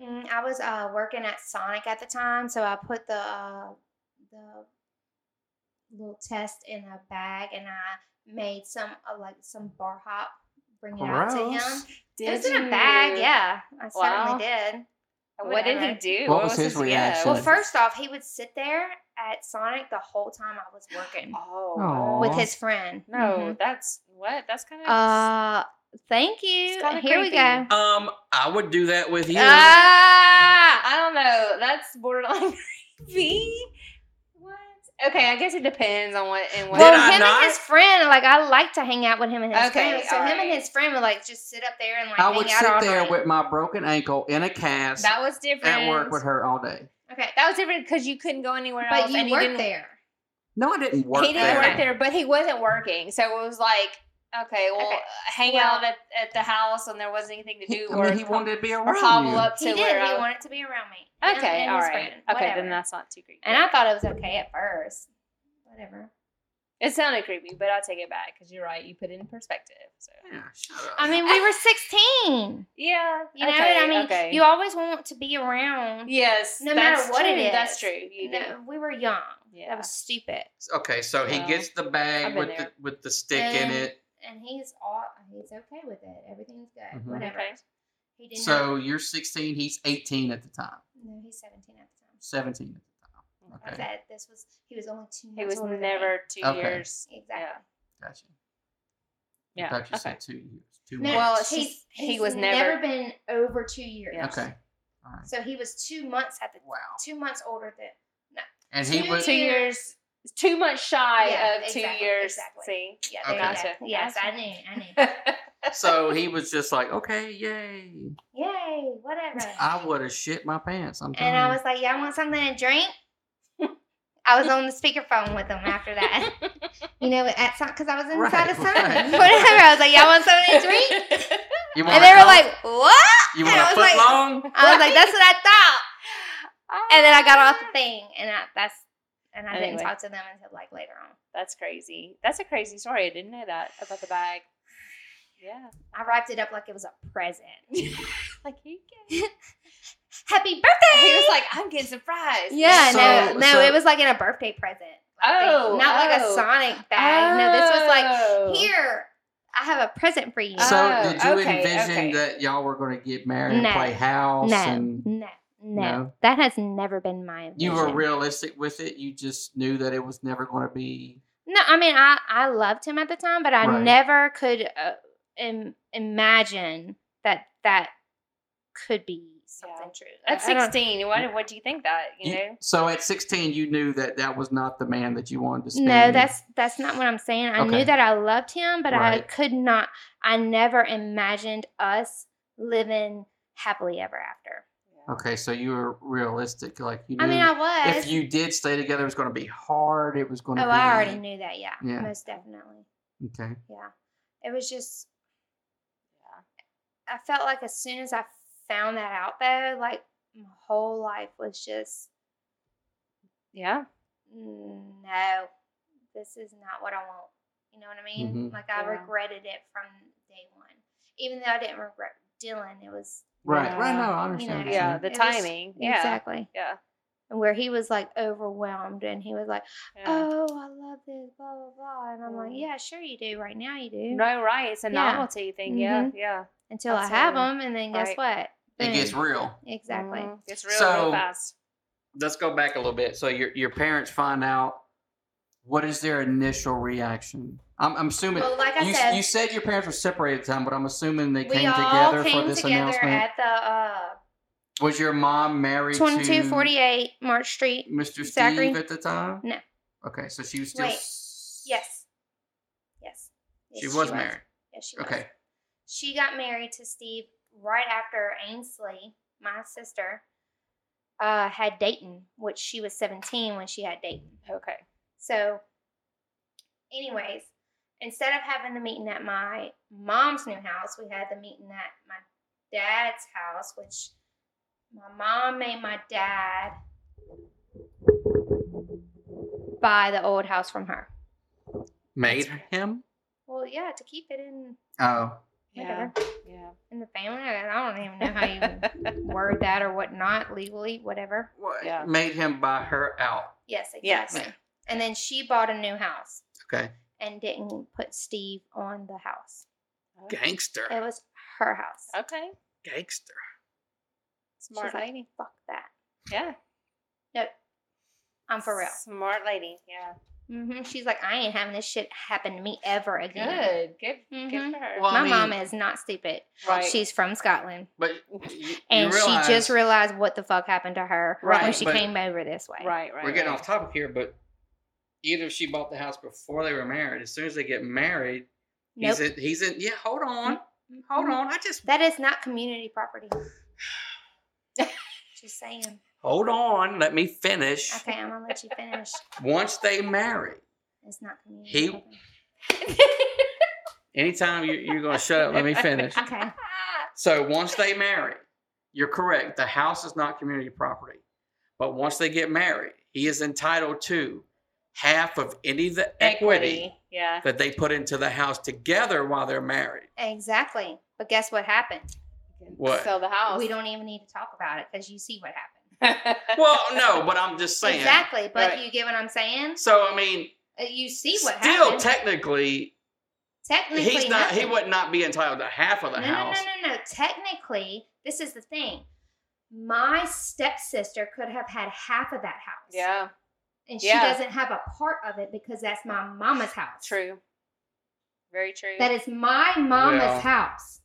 Mm, I was uh, working at Sonic at the time, so I put the uh, the little test in a bag, and I made some uh, like some bar hop, bring it out to him. Gross. it was in a bag. you? Yeah, I Wow. certainly did. And What did he Whatever. do? What was his yeah, reaction? what Well, Good. first off, he would sit there at Sonic the whole time I was working Oh, Mm-hmm. with Aw. his friend. no, Mhm. that's what. That's kind of Uh, thank you. kinda Here we go. creepy. Um, I would do that with you. ah. I don't know. That's borderline creepy. What? Okay, I guess it depends on what and what. Did well, I him not? and his friend, like I like to hang out with him and his Okay, friend. So all him right. and his friend would like just sit up there and like I hang would out sit all there night. with my broken ankle in a cast that was different. at work with her all day. okay, That was different because you couldn't go anywhere but else, you and worked you didn't there. No, I didn't work he didn't there. work there, but he wasn't working, so it was like, okay, well, Okay. hang Well- out at, at the house, and there wasn't anything to He, do, I or, mean, he wanted to be or around hobble you. up to He where did. He I- wanted to be around me. and- Okay, and all his right, friend, okay, whatever. then that's not too creepy. And I thought it was okay at first. Whatever. it sounded creepy, but I'll take it back because you're right. You put it in perspective. So Yeah, shut up. I mean, we were sixteen. yeah, You know okay, what I mean? okay. You always want to be around. yes, no matter that's what it true, That's is. true. You do. No, we were young. Yeah. That was stupid. okay, so he Well, gets the uh, I've bag been with the, there. with the stick in Um, it. And he's all he's okay with it. Everything's good. Mhm. Whatever. Okay. He did not So you're 16, he's 18 at the time, No, he's 17 at the time. 17 at the I time. Okay, said this was he was only two. It months was older than me. never two Okay. years. exactly. gotcha. I Yeah. thought you Okay. said two years. Two No, months. Well, it's he's, just- he he's was never- never been over two years. Yeah. Okay. All right. So he was two months at the Wow. two months older than. And he two was Two years. Too much shy Yeah, of two exactly, years. exactly. See. Yeah, Okay. yeah, Gotcha. Yes, Gotcha. I knew. I knew. so he was just like, okay, yay! Yay! Whatever. I would have shit my pants. I'm telling and I you. was like, "Y'all want something to drink?" I was on the speakerphone with him after that. you know, at because I was inside Right, of right. Sonic. Whatever. I was like, "Y'all want something to drink?" you want And a they were Coke? like, "What?" you and want I a was foot like- long? I was like, "That's what I thought." and then I got off Ah. the thing, and I, that's and I Anyway. didn't talk to them until like later on. That's crazy. That's a crazy story. I didn't know that about the bag. Yeah. I wrapped it up like it was a present. Like he, he Happy birthday! was like, I'm getting surprised. yeah, So- no, no, so- it was like in a birthday present. I think. Oh, not like a oh. Sonic bag. No, this was like Oh. here. I have a present for you. Oh, so did you okay, envision okay. that y'all were going to get married No. and play house? no, And no, no, No? That has never been my. you were vision. realistic with it. You just knew that it was never going to be. No, I mean I I loved him at the time, but I Right. never could uh, Im- imagine that that could be something true. At I- I don't- 16, what what do you think that you You- know? so at 16, you knew that that was not the man that you wanted to spend. No, your- that's that's not what I'm saying. I Okay. knew that I loved him, but I Right. could not. I never imagined us living happily ever after. okay. So you were realistic, like you. Knew I mean, I was. Mm. if you did stay together, it was going to be hard. It was going to. oh, be, I already knew that. Yeah, Yeah. most definitely. Okay. Yeah, it was just. I felt like as soon as I found that out, though, like my whole life was just Yeah. no, this is not what I want. You know what I mean? Mhm. Like I Yeah. regretted it from day one, even though I didn't regret Dylan. It was Right. Yeah. Right. No, I You understand. know, what you're Yeah, saying. the It was- timing. yeah. exactly Yeah. and where he was like overwhelmed and he was like, yeah. "Oh, I love this, blah blah blah," and I'm like, Mm. "Yeah, sure you do. Right now you do. No, right. It's a Yeah. novelty thing. Mhm. Yeah, Until I have Absolutely. him, and then guess what? It Boom. gets real. yeah. exactly. Mhm. It's real, So- real fast. Let's go back a little bit. So your your parents find out. What is their initial reaction? I'm, I'm assuming Well, like I you, said, you said your parents were separated at the time, but I'm assuming they we came all together for came this together announcement. at the was your mom uh, married to 2248 March Street. Mr. Zachary? Steve at the time? No. Okay, so she was still. Wait. s- Yes, yes, yes She was married. Yes, she was. Okay. she got married to Steve right after Ainsley, my sister, uh, had Dayton, which she was 17 when she had Dayton. Okay. So, anyways, instead of having the meeting at my mom's new house, we had the meeting at my dad's house, which my mom made my dad buy the old house from her. Made him? Well, yeah, to keep it in Oh. Yeah. whatever Yeah. in the family. I don't even know how you word that or whatnot legally, whatever. Well, Yeah. Made him buy her out. Yes, Yes. exactly. And then she bought a new house Okay. and didn't put Steve on the house. Gangster. It was her house. okay. Gangster. Smart like, lady. Fuck that. Yeah. I'm for real. Smart lady. Yeah. hmm She's like, I ain't having this shit happen to me ever again. Good. Good. Good Mhm. for her. Well, My I mean- mom is not stupid. right. She's from Scotland. But you, And you realize, she just realized what the fuck happened to her when Right, she but- came over this way. right. Right. We're getting right. off topic here, but either she bought the house before they were married. As soon as they get married, Nope. he's in. He's in. Yeah, hold on. Hold on. I just. That is not community property. Just saying. Hold on. Let me finish. Okay, I'm gonna let you finish. Once they marry, It's not community. He- property. anytime you're, you're going to shut up, let me finish. Okay. So once they marry, you're correct. The house is not community property. But once they get married, he is entitled to half of any of the equity, Yeah. that they put into the house together while they're married. Exactly. But guess what happened? What? Sell the house. We don't even need to talk about it because you see what happened. Well, no, but I'm just saying. Exactly. But Right. you get what I'm saying? So I mean, Uh, You see still what happened. technically, Technically, he's not. He nothing. would not be entitled to half of the no, house. No, no, no, no. Technically, this is the thing. My stepsister could have had half of that house. yeah. And she Yeah. doesn't have a part of it because that's my mama's house. True. Very true. That is my mama's Well, house.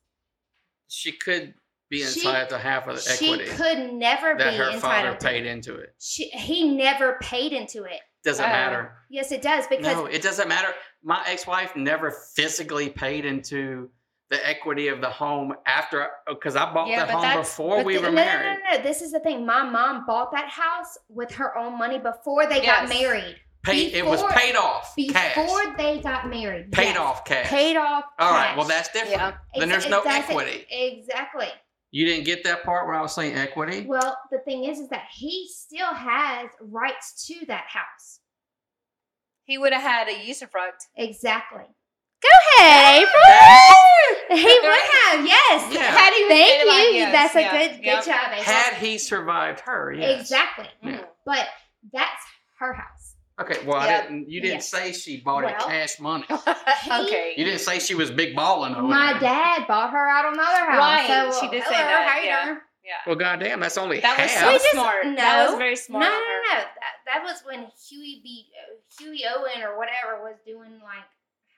She could be She- entitled to half of the She equity could never that be her father entitled. to paid into it. She, he never paid into it. Doesn't Oh. matter. Yes, it does because No, it doesn't matter. My ex-wife never physically paid into the equity of the home after because I bought Yeah, the but home that's- before but we the- were no, no, no, married. no. This is the thing. My mom bought that house with her own money before they got Yes. married. Paid, it was Before- paid off Before cash. they got married. Paid yes. off cash. Paid off. All right. cash. Well, that's different. Yeah. Then Exa- there's no it doesn't- equity. Exactly. You didn't get that part when I was saying equity. Well, the thing is, is that he still has rights to that house. he would have had a usufruct. Exactly. Go ahead, April. he would have. Yes. Yeah. Had he Thank been like, you. yes, that's yeah, a good, good yep. job. April. Had he survived her, yes. Exactly. Yeah. But that's her house. Okay. Well, I Yeah. didn't. You didn't Yes. say she bought it Well- cash money. Mm. okay. You didn't say she was big balling over My there. dad bought her out another house. Right, So she did say hello, that, hater. yeah. Yeah. Well, goddamn, that's only That was half. so We just- smart. That was no. very No, smart. no, of no, her. no. That, that was when Huey B, uh, Huey Owen or whatever was doing like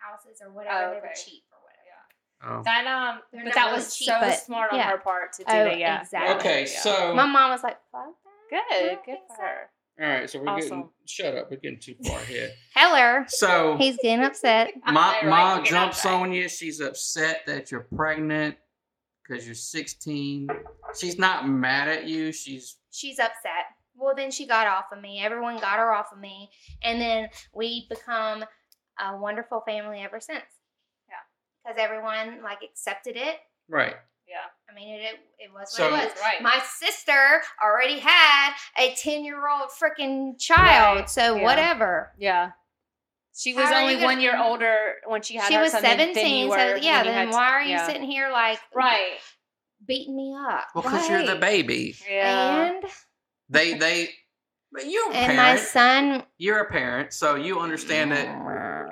houses or whatever. Oh, They were okay. cheap or whatever. Oh. That um, They're but not that really was cheap, so but- smart on yeah. her part to do Oh, that. Yeah. exactly. Okay, Yeah. so My mom was like, "Fuck that." good, I good think for so. her. all right, so we're getting Awesome. shut up. We're getting too far ahead. Heller, So he's getting upset. my Right, mom you're not jumps right. on you. She's upset that you're pregnant because you're 16. She's not mad at you. She's She's upset. Well, then she got off of me. Everyone got her off of me, and then we become a wonderful family ever since. Yeah. because everyone like accepted it. right. Yeah, I mean, it it, it was what So- it was. that's right. My sister already had a ten year old freaking child, Right, so yeah. whatever. yeah. She was How are only you gonna- one year older when she had. She her was son than- than seventeen, you so were yeah. when you Then had- why are you yeah. sitting here like Right. beating me up? Well, because you're the Right. baby. Yeah. And They they. But you're a and my parent. son you're a parent, so you understand that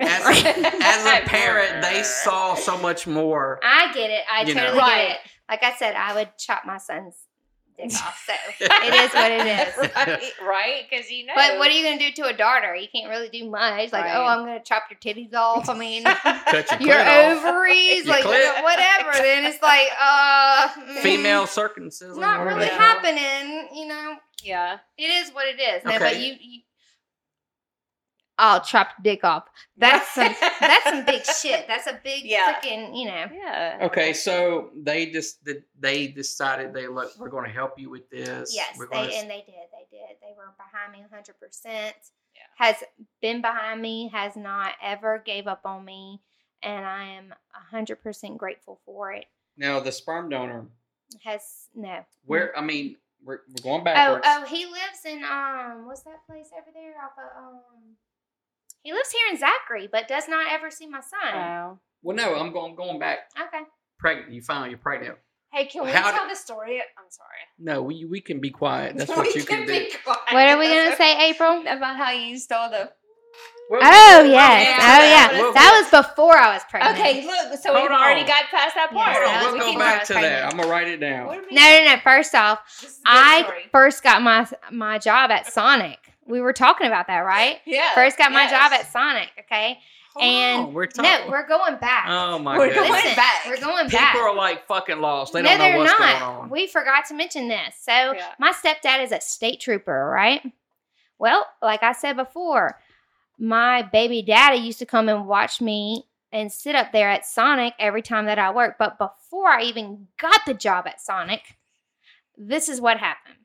as a, as a parent, they saw so much more. I get it. I You know. totally Right. get it. Like I said, I would chop my son's dick off. So it is what it is. right, right, because you know. But what are you gonna do to a daughter? You can't really do much. Like, Right. oh, I'm gonna chop your titties off. I mean, Cut your your clit off. ovaries, Your like clit. whatever. Then it's like, uh, mm, Female It's circumcision. not what do really they call it? happening. You know, Yeah. it is what it is. No, Okay. but you, you, I'll chop your dick off. That's some. That's some big shit. That's a big Yeah. freaking. You know. Yeah. Okay, so they just de- they decided they look. We're going to help you with this. Yes, we're they gonna s- and they did. They did. They were behind me 100%. Yeah. Has been behind me, has not ever gave up on me, and I am 100% grateful for it. now the sperm donor. Has no. Where I mean, we're, we're going Oh, backwards. Mm-hmm. oh, he lives in um what's that place over there off of um He lives here in Zachary, but does not ever see my Uh, son. Wow. Well, no, I'm going going back. okay. Pregnant. You finally you're pregnant. Hey, can we How tell the story? I'm sorry. No, we we can be quiet. That's what you can do. What are we going to say, April? about how you stole the? Well, Oh, yeah, yes. Oh, yeah. we'll- That was before I was pregnant. Okay, look. So Hold we've already on. got past that Yeah, part. Hold that on, was we'll go before I back was to that. pregnant. I'm gonna write it down. What do we- No, no, no. First off, This is a good I story. first got my my job at Sonic. We were talking about that, right? yeah First got my yes. job at Sonic, okay? Hold and- on, Oh, we're No, talking. we're going back. oh my We're god. going Listen, back. We're going People back. are like fucking lost. They no, don't they're know what's not. going on. We forgot to mention this. So Yeah. my stepdad is a state trooper, right? Well, like I said before, my baby daddy used to come and watch me and sit up there at Sonic every time that I worked. But before I even got the job at Sonic, this is what happened.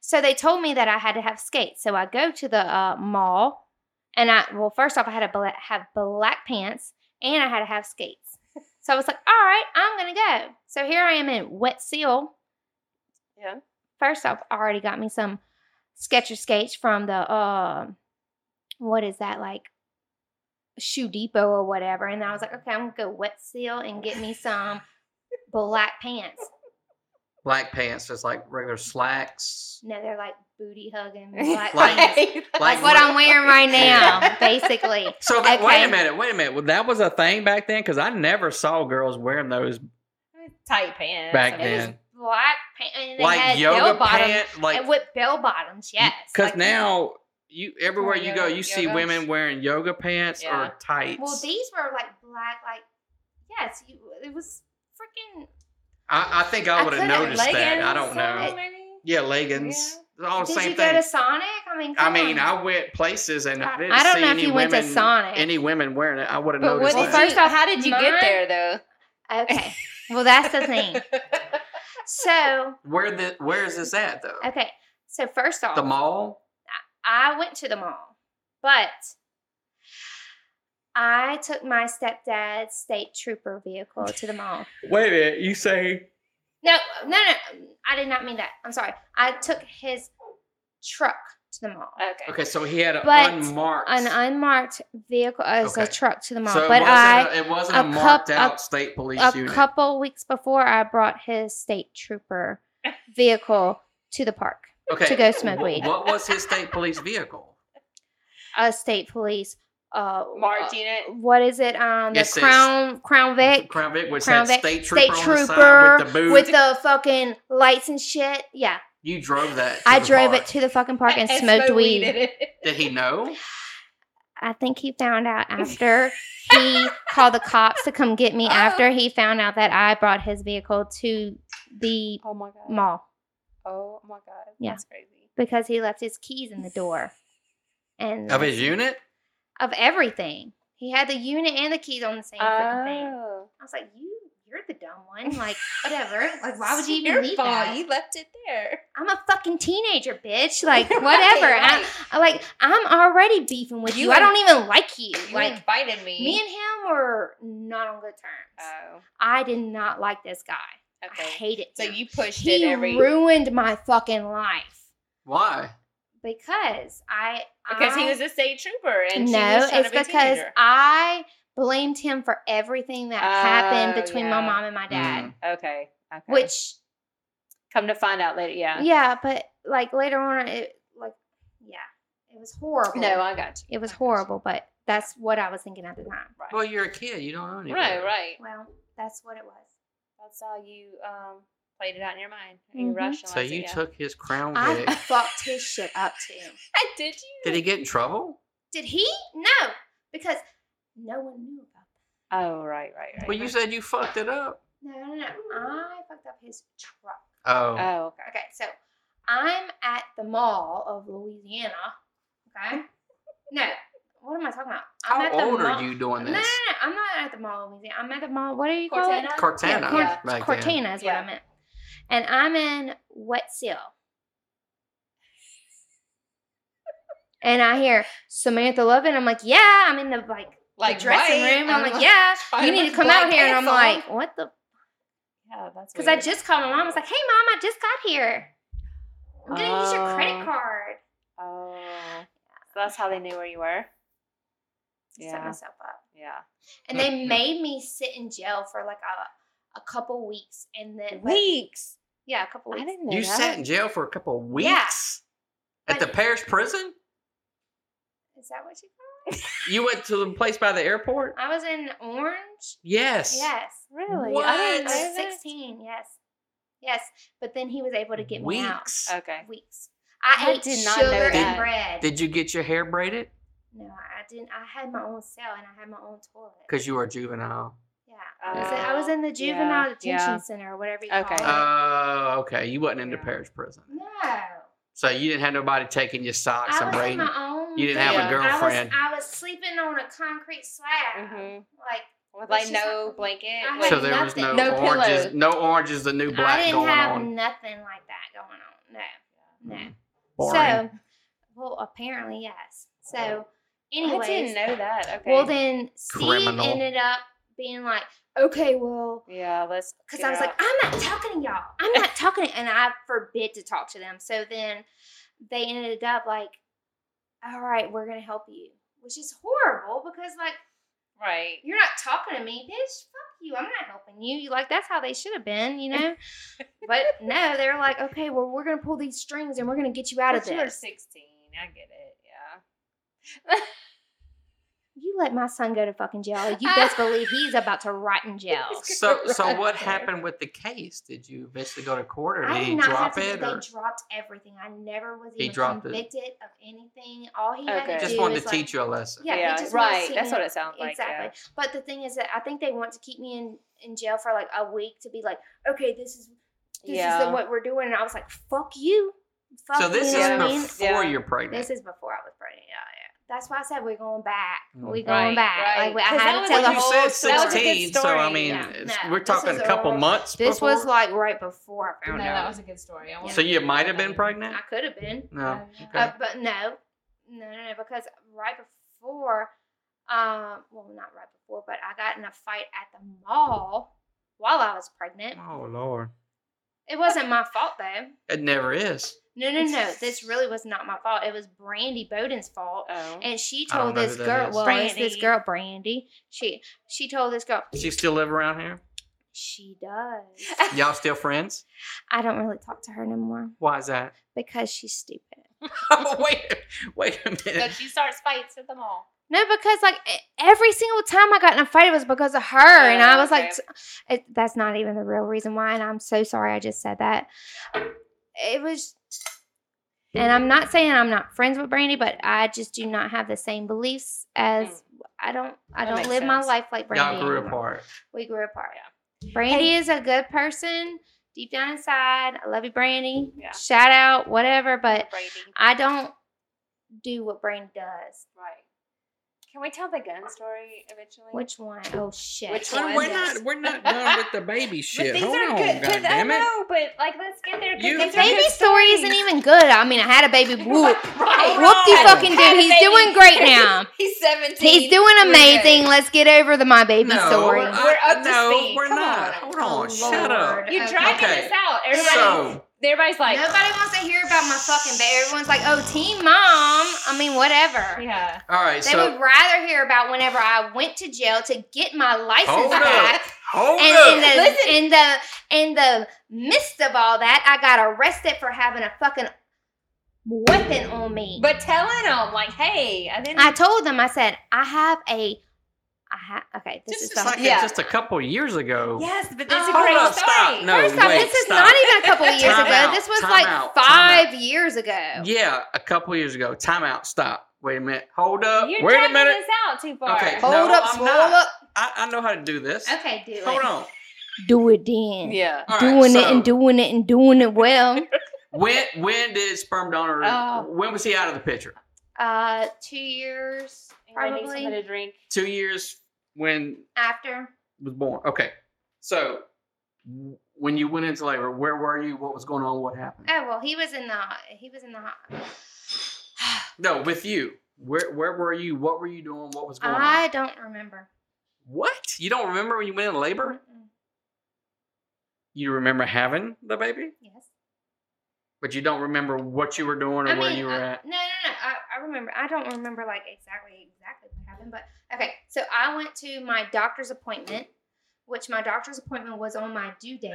So they told me that I had to have skates. So I go to the uh, mall, and I well, first off, I had to bla- have black pants, and I had to have skates. So I was like, all right, I'm gonna go. So here I am in wet seal. Yeah. First off, I already got me some Sketcher skates from the uh, what is that like? Shoe Depot or whatever, and I was like, okay, I'm gonna go wet seal and get me some black pants. Black pants, just like regular slacks. No, they're like booty hugging black Like- pants. like Like what I'm wearing right Yeah. now, basically. So that, wait a Okay. minute, wait a minute. Well, that was a thing back then because I never saw girls wearing those tight pants back I mean, then, Black pants and they like had yoga bell bottoms. pants, like and with bell bottoms, yes. Because Like, now you everywhere you go, yoga- you see yoga. women wearing yoga pants Yeah. or tights. Well, these were like black, like yes, you, it was freaking I, I think I I would have couldn't- noticed that. I don't leggings or know. maybe? Yeah, leggings. It's All the Did Oh, same you thing. go to Sonic? I mean, I come mean, on. I went places and I didn't I don't see know if any you went women, to Sonic. any women wearing it. I would have But noticed that. what did Well, you, first off, how did you get mine- there though? okay. Well, that's the thing. So, where the where is this at though? okay. So first off, The mall. I went to the mall, but I took my stepdad's state trooper vehicle to the mall. Wait a minute. You say No, no, no. I did not mean that. I'm sorry. I took his truck to the mall. okay. okay? So he had an But unmarked. An unmarked vehicle as a Okay. truck to the mall. so it but wasn't I, a- it wasn't a a, marked cup- a- out state police a unit. couple weeks before, I brought his state trooper vehicle to the park. okay. to go smoke wh- weed. What was his state police vehicle? A state police. Uh, Marked uh, unit. what is it? Um, the It says- Crown Crown Vic. Crown Vic was Crown that state Vic- trooper, State on the side with the trooper boots. with the fucking lights and shit. Yeah, you drove that. to I the drove park. it to the fucking park and And smoked smoked weed. in it. Did he know? I think he found out after he called the cops to come get me. Oh. After he found out that I brought his vehicle to the Oh my god. mall Oh my god. Yeah. That's crazy. because he left his keys in the door, and Of his unit? of everything. He had the unit and the keys on the same freaking thing. Oh. I was like, you, you're the dumb one. Like, whatever. Like, why would you It's even your leave fault. that? You left it there. I'm a fucking teenager, bitch. Like, Right, whatever. I, right. I like, I'm already beefing with You you. I in- don't even like you. you like, invited me. me and him were not on good terms. oh, I did not like this guy. I okay. hated So him. you pushed he it every ruined my fucking life Why? because I because he I- was a state trooper and she no, was trying it's to be a because teenager. I blamed him for everything that happened Oh, between yeah. my mom and my dad. Mm. okay, okay. Which, come to find out later, yeah. yeah, but like later on, it like, yeah, it was horrible. No, I got you. it was I got you. horrible, but that's what I was thinking at the time. Right. Well, you're a kid. You don't know anything. right, right. Well, that's what it was. That's how you um played it out in your mind. and You Mhm. rationalized So you it, yeah. took his crown I Vic. fucked his shit up too. Did you? Did he get in trouble? Did he? No, because no one knew about Oh, right, right, right. Well, you said you fucked it up. that. No, no, no. I fucked up his truck. Uh, Oh. Oh, okay. Okay, so I'm at the mall of Louisiana. Okay. No, what am I talking about? I'm How at the old are mall- you doing No, no, no, this? I'm not at the mall of Louisiana. I'm at the mall. What do you call it? Cortana? Cortana. Yeah, Cor- yeah. back then. Cortina is Yeah. what I meant. And I'm in Wet Seal. and I hear Samantha Lovin. I'm like, yeah, I'm in the like, Like the dressing what? room. I'm I'm like, yeah, Fine you need with to come black out here. And I'm pants on. like, what the? yeah, that's Because I weird. just called my mom. I was like, hey, mom, I just got here. I'm gonna use your Oh. credit card. Oh, so that's how they knew where you were. Set Yeah, myself up. yeah. And they made me sit in jail for like a a couple weeks, and then but- Weeks. yeah, a couple weeks. I didn't know You that. sat in jail for a couple of weeks? Yeah. At the But- parish prison? Is that what you? You went to the place by the airport? I was in Orange. Yes. Yes. Really? What? I didn't I know was that. 16, yes. Yes. But then he was able to get me out. Weeks. Okay. Weeks. I, I ate did not know sugar that. and bread. Did you get your hair braided? no, I didn't. I had my own cell and I had my own toilet. Because you were a juvenile. yeah. I, was I was in the Oh, juvenile yeah, detention yeah. center or whatever you Okay. call Oh, it. okay. You wasn't in the Yeah. parish prison. no. So you didn't have nobody taking your socks and I was in braiding. my own. You didn't have a bed. girlfriend. I was, I was sleeping on a concrete slab. Mhm. Like, With But like she's no not- blanket. I like- So there was no, nothing. No oranges. pillows. No oranges. The new I black didn't going have on. Hmm. nothing like that going on. No. No. Boring. Oh. So, well, apparently, yes. Wow. So, anyways, I didn't know that. Okay. well, then Steve Criminal. ended up being like, okay, well, yeah, let's. because get I was like, out. I'm not talking to y'all. I'm not talking, to-" and I forbid to talk to them. So then they ended up like, all right, we're gonna help you, which is horrible because like right. you're not talking to me, bitch. Fuck you. I'm not helping you. You Like that's how they should have been, you know. but no, they're like, okay, well, we're gonna pull these strings and we're gonna get you out of But you were this. 16. I get it. Yeah. You let my son go to fucking jail. You best believe he's about to rot in jail. So, so Right what there. happened with the case? Did you eventually go to court, or did I he did not have drop to. it, they or dropped everything. I never was He even dropped it. convicted of anything. All he had Okay. to just do wanted was to teach you a lesson? Yeah, he just wanted to right. see That's me- what it sounds like. exactly. But the thing is that I think they want to keep me in in jail for like a week to be like, okay, this is this is Yeah. the, what we're doing. And I was like, fuck you. Fuck So this you know is what I mean? before Yeah. you're pregnant. This is before I was pregnant. Yeah, yeah. That's why I said we're going back. Mm. We're going Right, back. right. Like we- I 'Cause had that to was tell the a you whole said story. That was a good 16, so I story. mean, Yeah. it's- No, we're this talking is a couple a- months. This was before? like right before I Yeah. found No, out. that was a good story. I wanna So you hear might have that. been pregnant. I could have been, No. Okay. uh, but no, no, no, no, because right before, um, well, not right before, but I got in a fight at the mall while I was pregnant. Oh Lord, It wasn't my fault though. it never is. No, no, no. This really was not my fault. It was Brandy Bowden's fault. Oh. And she I don't told know this who that girl, is. well, it's this Brandy. girl, Brandy. She she told this girl, Does she still live around here? she does. Y'all still friends? I don't really talk to her no more Why is that? because she's stupid. Oh, wait, wait a So minute. she starts fights at the mall. No, because like e- every single time I got in a fight, it was because of her, and I Oh, was like, okay. t- it, "That's not even the real reason why." And I'm so sorry I just said that. It was And I'm not saying I'm not friends with Brandy, but I just do not have the same beliefs as I don't. Mm. That I don't makes live my sense. life like Brandy. Y'all grew anymore. apart. We grew apart. Brandy is a good person deep down inside. I love you, Brandy. Yeah. Shout out, whatever. But Brady. I don't do what Brandy does. Right. Can we tell the gun story eventually? Which one? Oh shit. Which We're, one? we're not we're not done with the baby shit. these Hold are on, good. 'cause I goddammit. know, but like, let's get there. 'cause You- The these are good baby story isn't stories. even good. I mean, I had a baby. Whoop. Right. Whoop the fucking Had dude. a He's baby. doing great now. He's 17. He's doing We're good. amazing. Let's get over the my baby No, story. I- We're up to no, speed. we're Come not. on. Hold on, shut up. You're Okay. dragging Okay. this out. Everybody, So everybody's like, Nobody wants to hear about my fucking baby. Everyone's like, oh, team mom. I mean, whatever. yeah. all right, They so would rather hear about whenever I went to jail to get my license Hold up. back. hold And up. in the Listen. in the in the midst of all that, I got arrested for having a fucking weapon on me. But telling them, like, hey, I didn't. I told them, I said, I have a, I have okay. This, this is is the like a- Yeah. just a couple years ago. yes, but this is a Hold great up, story. stop. No. First off, wait, this is stop. not even a couple of years Time ago. out, this was time like out, time five years ago. Yeah, a couple years ago. Time out. Stop. Wait a minute. Hold up. You're Wait a dragging minute. this out too far. Okay. Hold no, up, I'm swole not. up. I, I know how to do this. Okay, do Hold it. on. Do it then. Yeah. All right, doing it so- and doing it and doing it well. When when did sperm donor? Oh. When was he out of the picture? uh, two years Probably. Need something probably to drink. Two years when after. was born. Okay, so w- when you went into labor, where were you? What was going on? What happened? Oh well, he was in the he was in the. No, with you. Where where were you? What were you doing? What was going on? I don't remember. What? You don't remember when you went into labor? Mm-mm. You remember having the baby, Yes. but you don't remember what you were doing or I where mean, uh, you were I- at. no, no, no. I, I remember. I don't remember like exactly exactly what happened, but okay. So I went to my doctor's appointment, which my doctor's appointment was on my due date.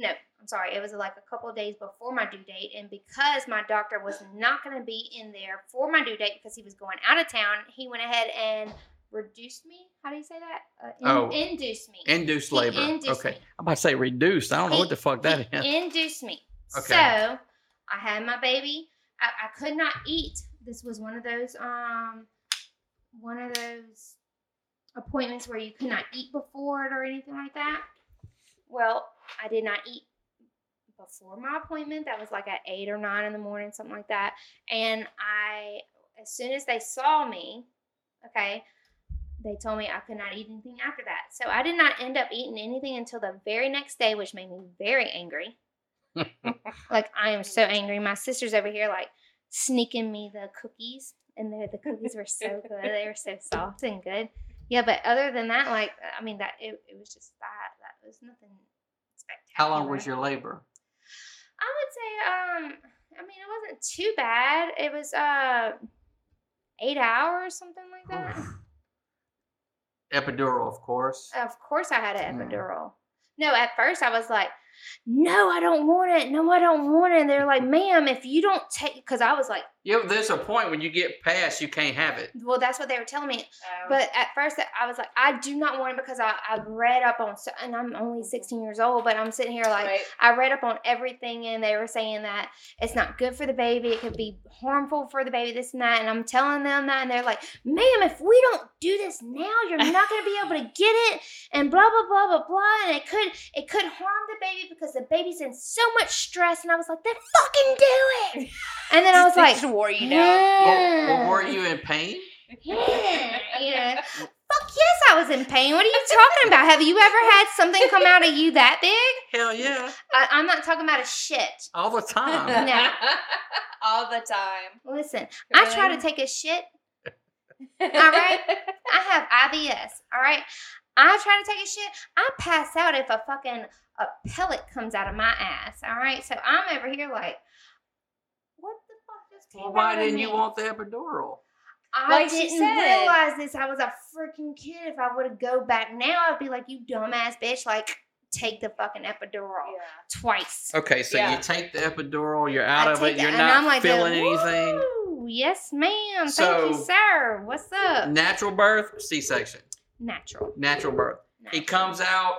No, I'm sorry. It was like a couple of days before my due date, and because my doctor was not going to be in there for my due date because he was going out of town, he went ahead and reduced me. How do you say that? Uh, in- Oh. induced me. Induced He labor. induced okay. me. I'm about to say reduced. I don't know He- what the fuck He that is. induced me. Okay. So I had my baby. I, I could not eat. This was one of those um one of those appointments where you could not eat before it or anything like that. Well, I did not eat before my appointment. That was like at eight or nine in the morning, something like that. And I as soon as they saw me, okay, they told me I could not eat anything after that. So I did not end up eating anything until the very next day, which made me very angry. like I am so angry. My sister's over here like sneaking me the cookies, and the, the cookies were so good. They were so soft and good. Yeah, but other than that, like I mean, that it, it was just that that was nothing How spectacular. long was your labor? I would say, um, I mean, it wasn't too bad. It was uh eight hours, something like that. Epidural, of course. Of course, I had an Mm. epidural. No, at first I was like, "No, I don't want it. No, I don't want it." And they're like, "Ma'am, if you don't take," because I was like, You know, there's a point when you get past, you can't have it. "Well, that's what they were telling me." uh, But at first, I was like, "I do not want it because I I read up on so, and I'm only 16 years old, but I'm sitting here like." Right. I read up on everything, and they were saying that it's not good for the baby. It could be harmful for the baby, this and that. And I'm telling them that, and they're like, "Ma'am, if we don't do this now, you're not going to be able to get it." And blah blah blah blah blah. And it could it could harm the baby because the baby's in so much stress. And I was like, "Then fucking do it." And then I was They like, just wore you down. Well, "Yeah, well, were you in pain? yeah, yeah." Fuck yes, I was in pain. What are you talking about? Have you ever had something come out of you that big? Hell yeah, I, I'm not talking about a shit. all the time. No. All the time. Listen, I try to take a shit. All right? I have IBS. All right. I try to take a shit. I pass out if a fucking a pellet comes out of my ass. All right. So I'm over here like, what the fuck just came Well, why out of didn't you me? want the epidural? I Like she didn't said. realize this. I was a freaking kid. If I would have go back now, I'd be like, you dumbass bitch. Like, take the fucking epidural twice. Okay, so Yeah. you take the epidural, you're out I of it, take you're and not I'm like, feeling anything. "Woo, Yes, ma'am. Thank So- you, sir. What's up? Natural birth, C-section. Natural. Natural birth. He natural. comes out.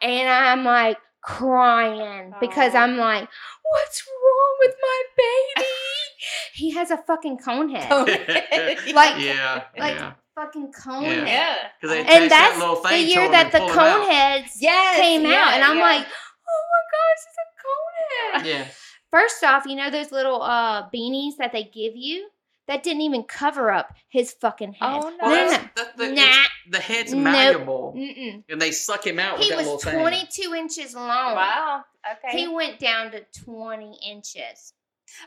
and I'm like crying because Aw. I'm like, what's wrong with my baby? He has a fucking cone head. like, Oh. Like- yeah, like- yeah. Fucking cone Yeah. head. yeah. Because they And take that that's little the thing year that the cone heads Yes. came out. yeah, And I'm yeah. like, oh my gosh, it's a cone head. Yeah, First off, you know those little uh, beanies that they give you? That didn't even cover up his fucking head. Oh, no. well, Well, that's, no, that's the, no, it's- nah. the head's Nope. malleable, Mm-mm. and they suck him out with He that little was thing. 22 inches long. wow. Okay. "Oh." He went down to 20 inches.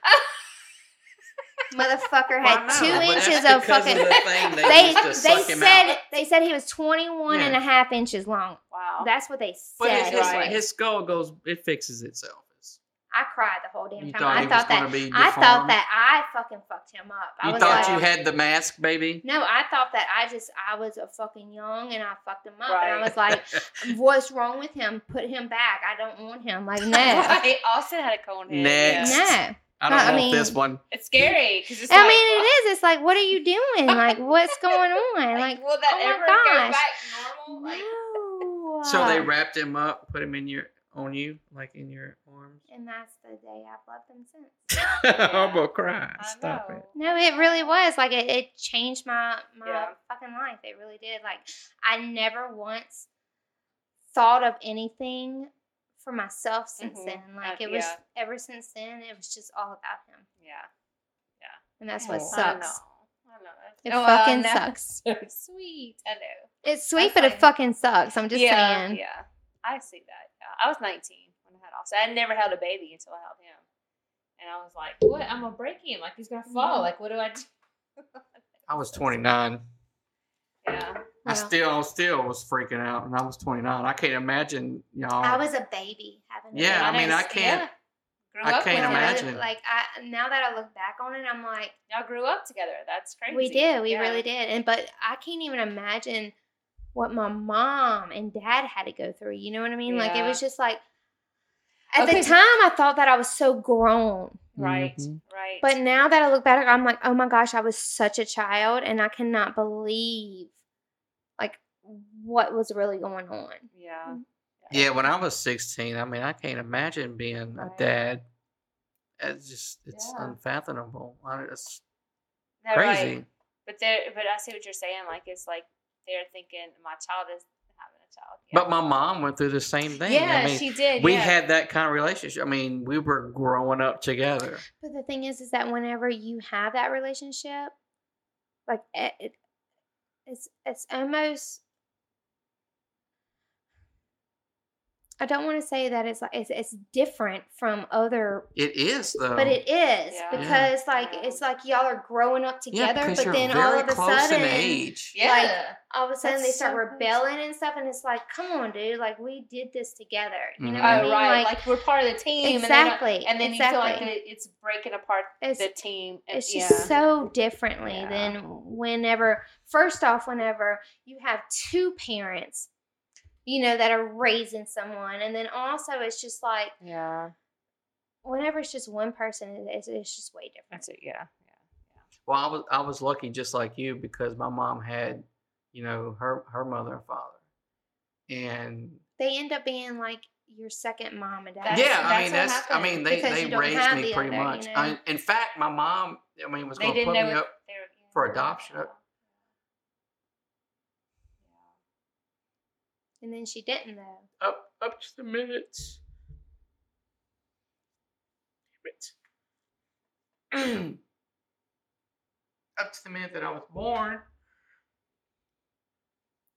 Motherfucker Well, had I two know, but that's inches of because fucking. the thing they they used to they suck him out. said they said he was 21 and Yeah. a half inches long. wow. That's what they But his, said. his, Right. his skull goes, it fixes itself. I cried the whole damn You time. thought I he was thought going that to be I thought deformed? that I fucking fucked him up. I You was thought like, you had the mask, baby? no, I thought that I just I was a fucking young and I fucked him up and I Right. was like, what's wrong with him? Put him back. I don't want him. Like no, Right, Austin had a cone head. Next. yeah. no. I don't I want mean- this one. It's scary because it's I like, mean, it is. It's like, what are you doing? Like, what's going on? Like, will that oh my ever gosh. go back normal? Like, no. uh, So they wrapped him up, put him in your on you, like in your arms. and that's the day I've loved him since. I'm gonna cry. I Ah, Stop know. it. No, it really was like it, it changed my my Yeah. fucking life. It really did. Like I never once thought of anything for myself since Mhm. then. Like Uh, it was yeah. ever since then, it was just all about him, Yeah. and that's Oh. I what know. sucks. I know. That's- It Oh, well, fucking now- sucks. So sweet. I know. It's That's sweet, but it fine. fucking sucks. I'm just yeah, saying. Yeah, I see that. Yeah. I was 19 when I had Austin. I never held a baby until I held him, and I was like, "What? I'm gonna break him. Like he's gonna fall. Mm-hmm. Like what do I do?" I was 29. Yeah, I Well, still, I still was freaking out, and I was 29. I can't imagine, y'all. I was a baby having. a Yeah, I baby. mean, know, I can't- Grew I up can't with Like, him. imagine. Like I now that I look back on it, I'm like. Y'all grew up together. That's crazy. We did. We Yeah. really did. And but I can't even imagine what my mom and dad had to go through. You know what I mean? Like it Yeah. was just like at Okay, the so- time I thought that I was so grown. Right. Mhm. Right. But now that I look back, I'm like, oh my gosh, I was such a child and I cannot believe like what was really going on. yeah. Mm-hmm. Yeah, when I was 16, I mean, I can't imagine being a Right. dad. It's just, it's Yeah. unfathomable. I- It's No, right. crazy. But there. But I see what you're saying. Like it's like they're thinking my child is having a child. Yeah. But my mom went through the same thing. yeah, I mean, she did. we yeah. had that kind of relationship. I mean, we were growing up together. But the thing is, is that whenever you have that relationship, like it, it- it's it's almost. I don't want to say that it's like it's, it's different from other, It is though. but it is Yeah. Yeah. because like Yeah. it's like y'all are growing up yeah, together, because but you're then very all of a close in sudden, age. Yeah. all of a sudden they That's start so crazy. rebelling and stuff, and it's like, come on, dude, like we did this together, you know Mhm. what I oh, mean? right. Like, Like, we're part of the team. and they're not- exactly, and then exactly. you feel like it, it's breaking apart It's- the team. and- It's Uh, yeah. just so differently Yeah. than whenever, first off, whenever you have two parents, you know, that are raising someone. And then also, it's just like, yeah, whenever it's just one person, it- it's, it's just way different. that's it. Yeah, Well, I was I was lucky just like you because my mom had, you know, her her mother and father, and They end up being like your second mom and dad. That's- yeah, I that's mean what that's I happened, mean they because they you don't raised have me the pretty other, you much. know? I, in fact, my mom I mean was they going to didn't put know me if up. they were for adoption. Yeah. And then she didn't, though. up up to the minutes. Damn it. up to the minute that I was born.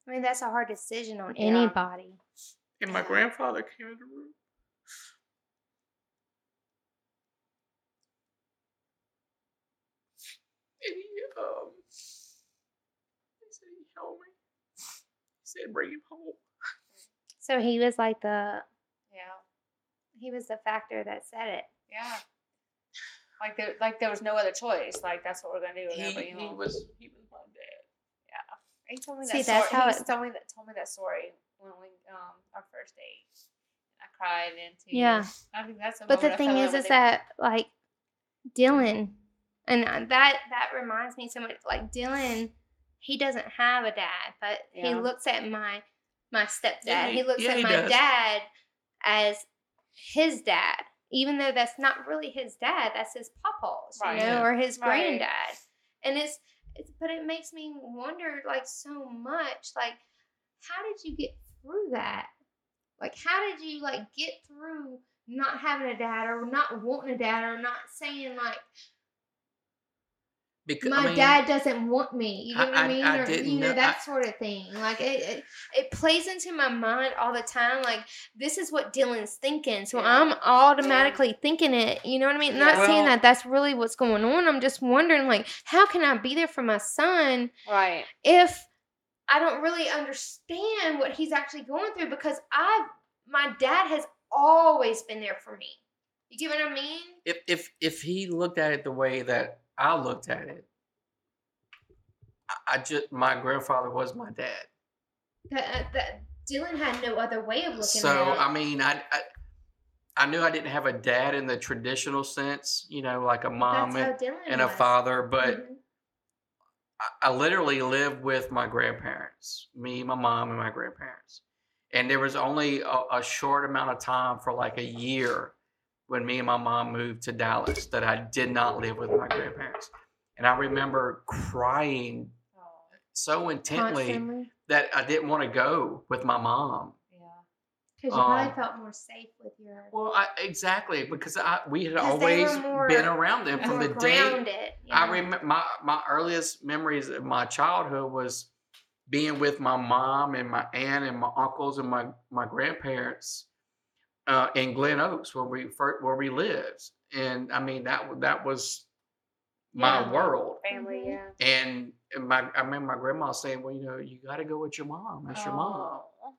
I mean, that's a hard decision on Yeah. anybody. And my grandfather came in the room. And he, um, he said he held me. He said, bring him home. So he was like the, Yeah, he was the factor that said it. yeah. Like there, like there was no other choice. Like that's what we're gonna do. We're gonna bring He, him he home. was, he was my dad. Yeah. He told me that See, story. that's how he it- told me that told me that story when we um our first date. I cried into Yeah. I think that's a But the moment I thing fell in is, love is with that like Dylan, and uh, that that reminds me so much. Like Dylan, he doesn't have a dad, but he Yeah. looks at my my stepdad. Yeah, he looks yeah, at he my does. dad as his dad. even though that's not really his dad, that's his papa's, Right. you know, or his Right. granddad. And it's, it's, but it makes me wonder like so much, like, how did you get through that? Like, how did you like get through not having a dad or not wanting a dad or not saying like, Because my I mean, dad doesn't want me. You know I- what I, I- mean? I or, didn't you know, know- that I- sort of thing. Like it, it, it plays into my mind all the time. Like this is what Dylan's thinking, so Yeah. I'm automatically thinking it. You know what I mean? Not Yeah. saying Well- that that's really what's going on. I'm just wondering, like, how can I be there for my son Right. if I don't really understand what he's actually going through? Because I, my dad has always been there for me. You get what I mean? if if if he looked at it the way that I looked at it, I- I just my grandfather was my dad. That, uh, that Dylan had no other way of looking So at it. I mean, I, I I knew I didn't have a dad in the traditional sense, you know, like a mom um, and, That's how Dylan and a was. father, but Mhm. I, I literally lived with my grandparents, me, my mom, and my grandparents. And there was only a, a short amount of time for like a year when me and my mom moved to Dallas that I did not live with my grandparents. And I remember crying Oh, so Mm-hmm. intently constantly that I didn't want to go with my mom. yeah. because you um, probably felt more safe with your Well, I, exactly because I we had 'Cause they were always more- been around them from more the day grounded. you I know? remember my my earliest memories of my childhood was being with my mom and my aunt and my uncles and my my grandparents uh, in Glen Oaks where we first, where we lived, and I mean that wa- that was my Yeah. world. Family, Mhm. yeah. And my I remember my grandma saying, "Well, you know, you got to go with your mom. That's your mom." Oh.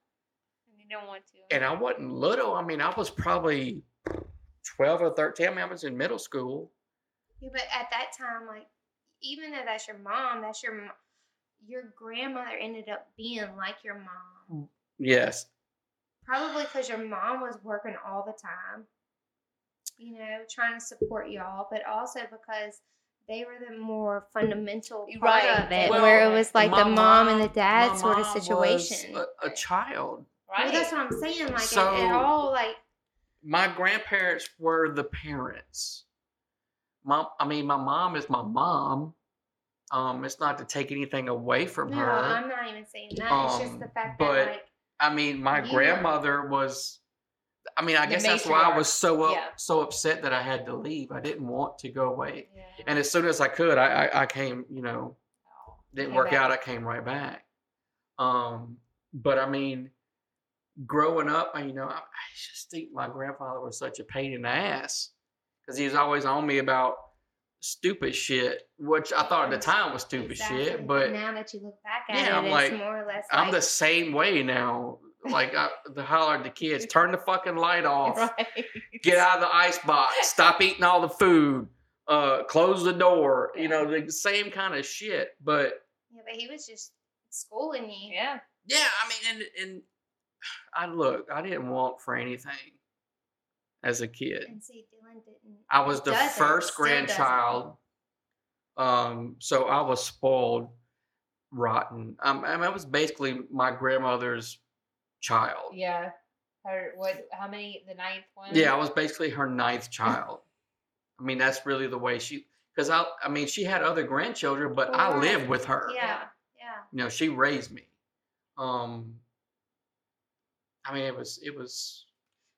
And you don't want to. And I wasn't little. I mean, I was probably twelve or thirteen. I mean, I was in middle school. Yeah, but at that time, like even though that's your mom, that's your mo- your grandmother ended up being like your mom, Yes, probably because your mom was working all the time, you know, trying to support y'all, but also because. They were the more fundamental part Right. of it, Well, where it was like my the mom and the my dad sort of mom was situation. a, a child. Right. Well, that's what I'm saying. Like it, So- it all like My grandparents were the parents. Mom, I mean, my mom is my mom. Um, it's not to take anything away from no, her. I'm not even saying that. it's just the Um, fact but that like I mean, my You were- grandmother was. I mean, I The guess that's why I was matriarch, so up, yeah. so upset that I had to leave. I didn't want to go away, Yeah. and as soon as I could, I I, I came. You know, Oh. didn't Came work back. out. I came right back. Um, but I mean, growing up, I- you know, I, I just think my grandfather was such a pain in the ass because he was always on me about stupid shit, which I thought at the time was stupid exactly, shit. But now that you look back at Yeah, it, I'm it's like, more or less. I'm the like, same way now. Like I the holler at the kids, turn the fucking light off, Right. get out of the ice box, stop eating all the food, uh, close the door. You know, the same kind of shit. But Yeah, but he was just schooling you. Yeah. Yeah, I mean, and and I look, I didn't want for anything as a kid. And see, Dylan didn't. I was the Doesn't, first still doesn't. grandchild, um, so I was spoiled, rotten. Um, I mean, I was basically my grandmother's child. Yeah, Yeah. Her what? How many? The ninth one. I was basically her ninth child. I mean, that's really the way she. Because I, I mean, she had other grandchildren, but I Right. lived with her. Yeah, yeah. you know she raised me um i mean it was it was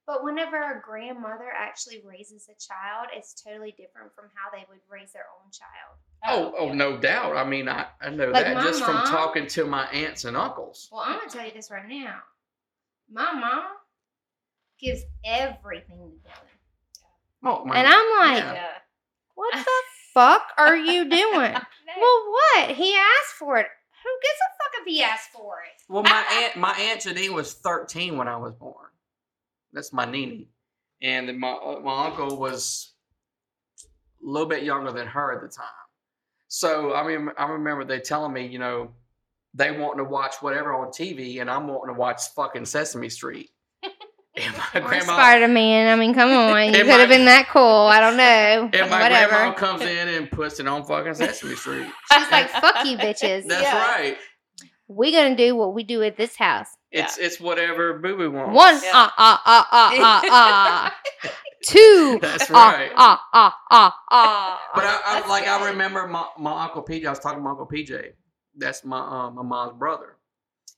But whenever a grandmother actually raises a child, it's totally different from how they would raise their own child. oh oh no doubt i mean i, I know Like that my just from mom- talking to my aunts and uncles Well, I'm gonna tell you this right now. My mom gives everything to Dylan. oh my And I'm like, Yeah. Yeah. what the fuck are you doing? No. Well, what? He asked for it. Who gives a fuck if he asked for it? well my aunt my aunt janine was 13 when i was born that's my nini and then my uh, my uncle was a little bit younger than her at the time so i mean i remember they telling me you know they wanting to watch whatever on tv and i'm wanting to watch fucking sesame street and my grandma Spider Man. I mean, come on. You And could have my- been that cool. I don't know. And my grandma Whatever. comes in and puts it on fucking Sesame Street. She's like, fuck you bitches. That's Yeah. right. we gonna do what we do at this house. Oh, ah, It's it's whatever Boo Boo wants. One Yeah. ah ah ah ah ah ah. Two. That's Ah, right. uh, ah, ah, ah, ah. But I, I That's like I good. remember my, my uncle PJ. I was talking to my uncle PJ. That's my um, my mom's brother.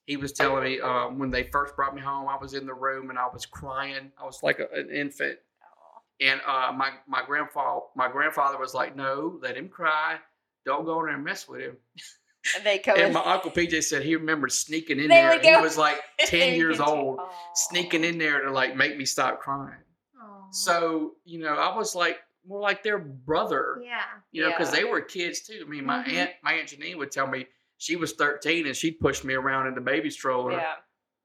He was telling me um, when they first brought me home, I was in the room and I was crying. I was like a, an infant. Oh. And uh, my my grandfather my grandfather was like, "No, let him cry. Don't go in there and mess with him." And they come And in. my uncle PJ said he remembered sneaking in They there. would He go- was like ten They years get you- old, Aw. sneaking in there to like make me stop crying. Aw. So you know, I was like more like their brother yeah. you know, because Yeah. Mm-hmm. they were kids too. I mean, my Mhm. aunt, my aunt Janine would tell me she was 13 and she pushed me around in the baby stroller. Yeah,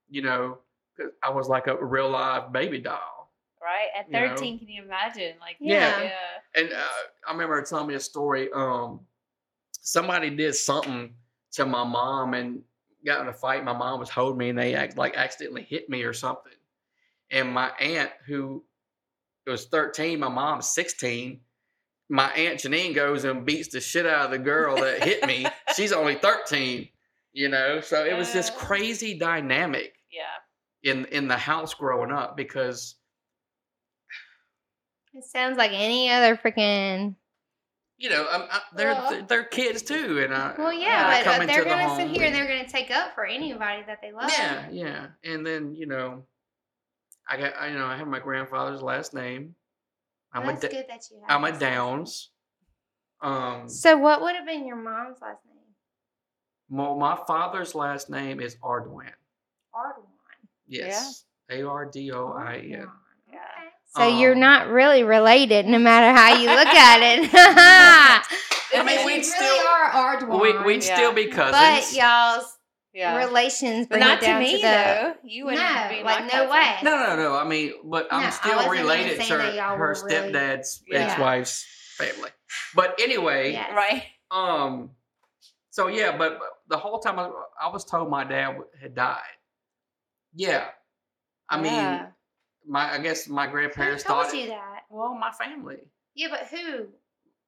You know, 'cause I was like a real live baby doll. right. At You know. thirteen, can you imagine? Like, Yeah. yeah. And uh, I remember her telling me a story. Um, somebody did something to my mom and got in a fight. My mom was holding me and they act like accidentally hit me or something. And my aunt, who was 13, my mom's 16. My aunt Janine goes and beats the shit out of the girl that hit me. She's only 13, you know. So it was this Yeah. crazy dynamic yeah. in in the house growing up because It sounds like any other freaking. you know I'm, I, they're Well. they're- they're kids too, and I Well, when I yeah, come but uh, into they're the gonna sit home here and- and they're gonna take up for anybody that they love. Yeah, yeah. And then, you know, I got I, you know, I have my grandfather's last name. I'm That's a da- good that you have. I'm a this last name. Downs. Um So what would have been your mom's last name? my, my father's last name is Ardoin. Ardoin. Yes. A R D O Oh, I N. Ardoin. Yeah. Okay. So you're Um, not really related, no matter how you look at it. I Because mean, you we'd really still- are Ardoin. We we'd Yeah. still be but cousins. y'all's Yeah. relations But bring not it to down me the, though. You wouldn't No, be like, my no cousin. way. no, no, no. I mean, but I'm No, I still wasn't even related to saying that her, y'all her were related. stepdad's Yeah. ex-wife's family. But anyway, Yes. Right. Um. So yeah, but, but the whole time I, I was told my dad w- had died. Yeah. I mean, Yeah. my I guess my Who grandparents told thought. you It, that? well, my family, Yeah, but who?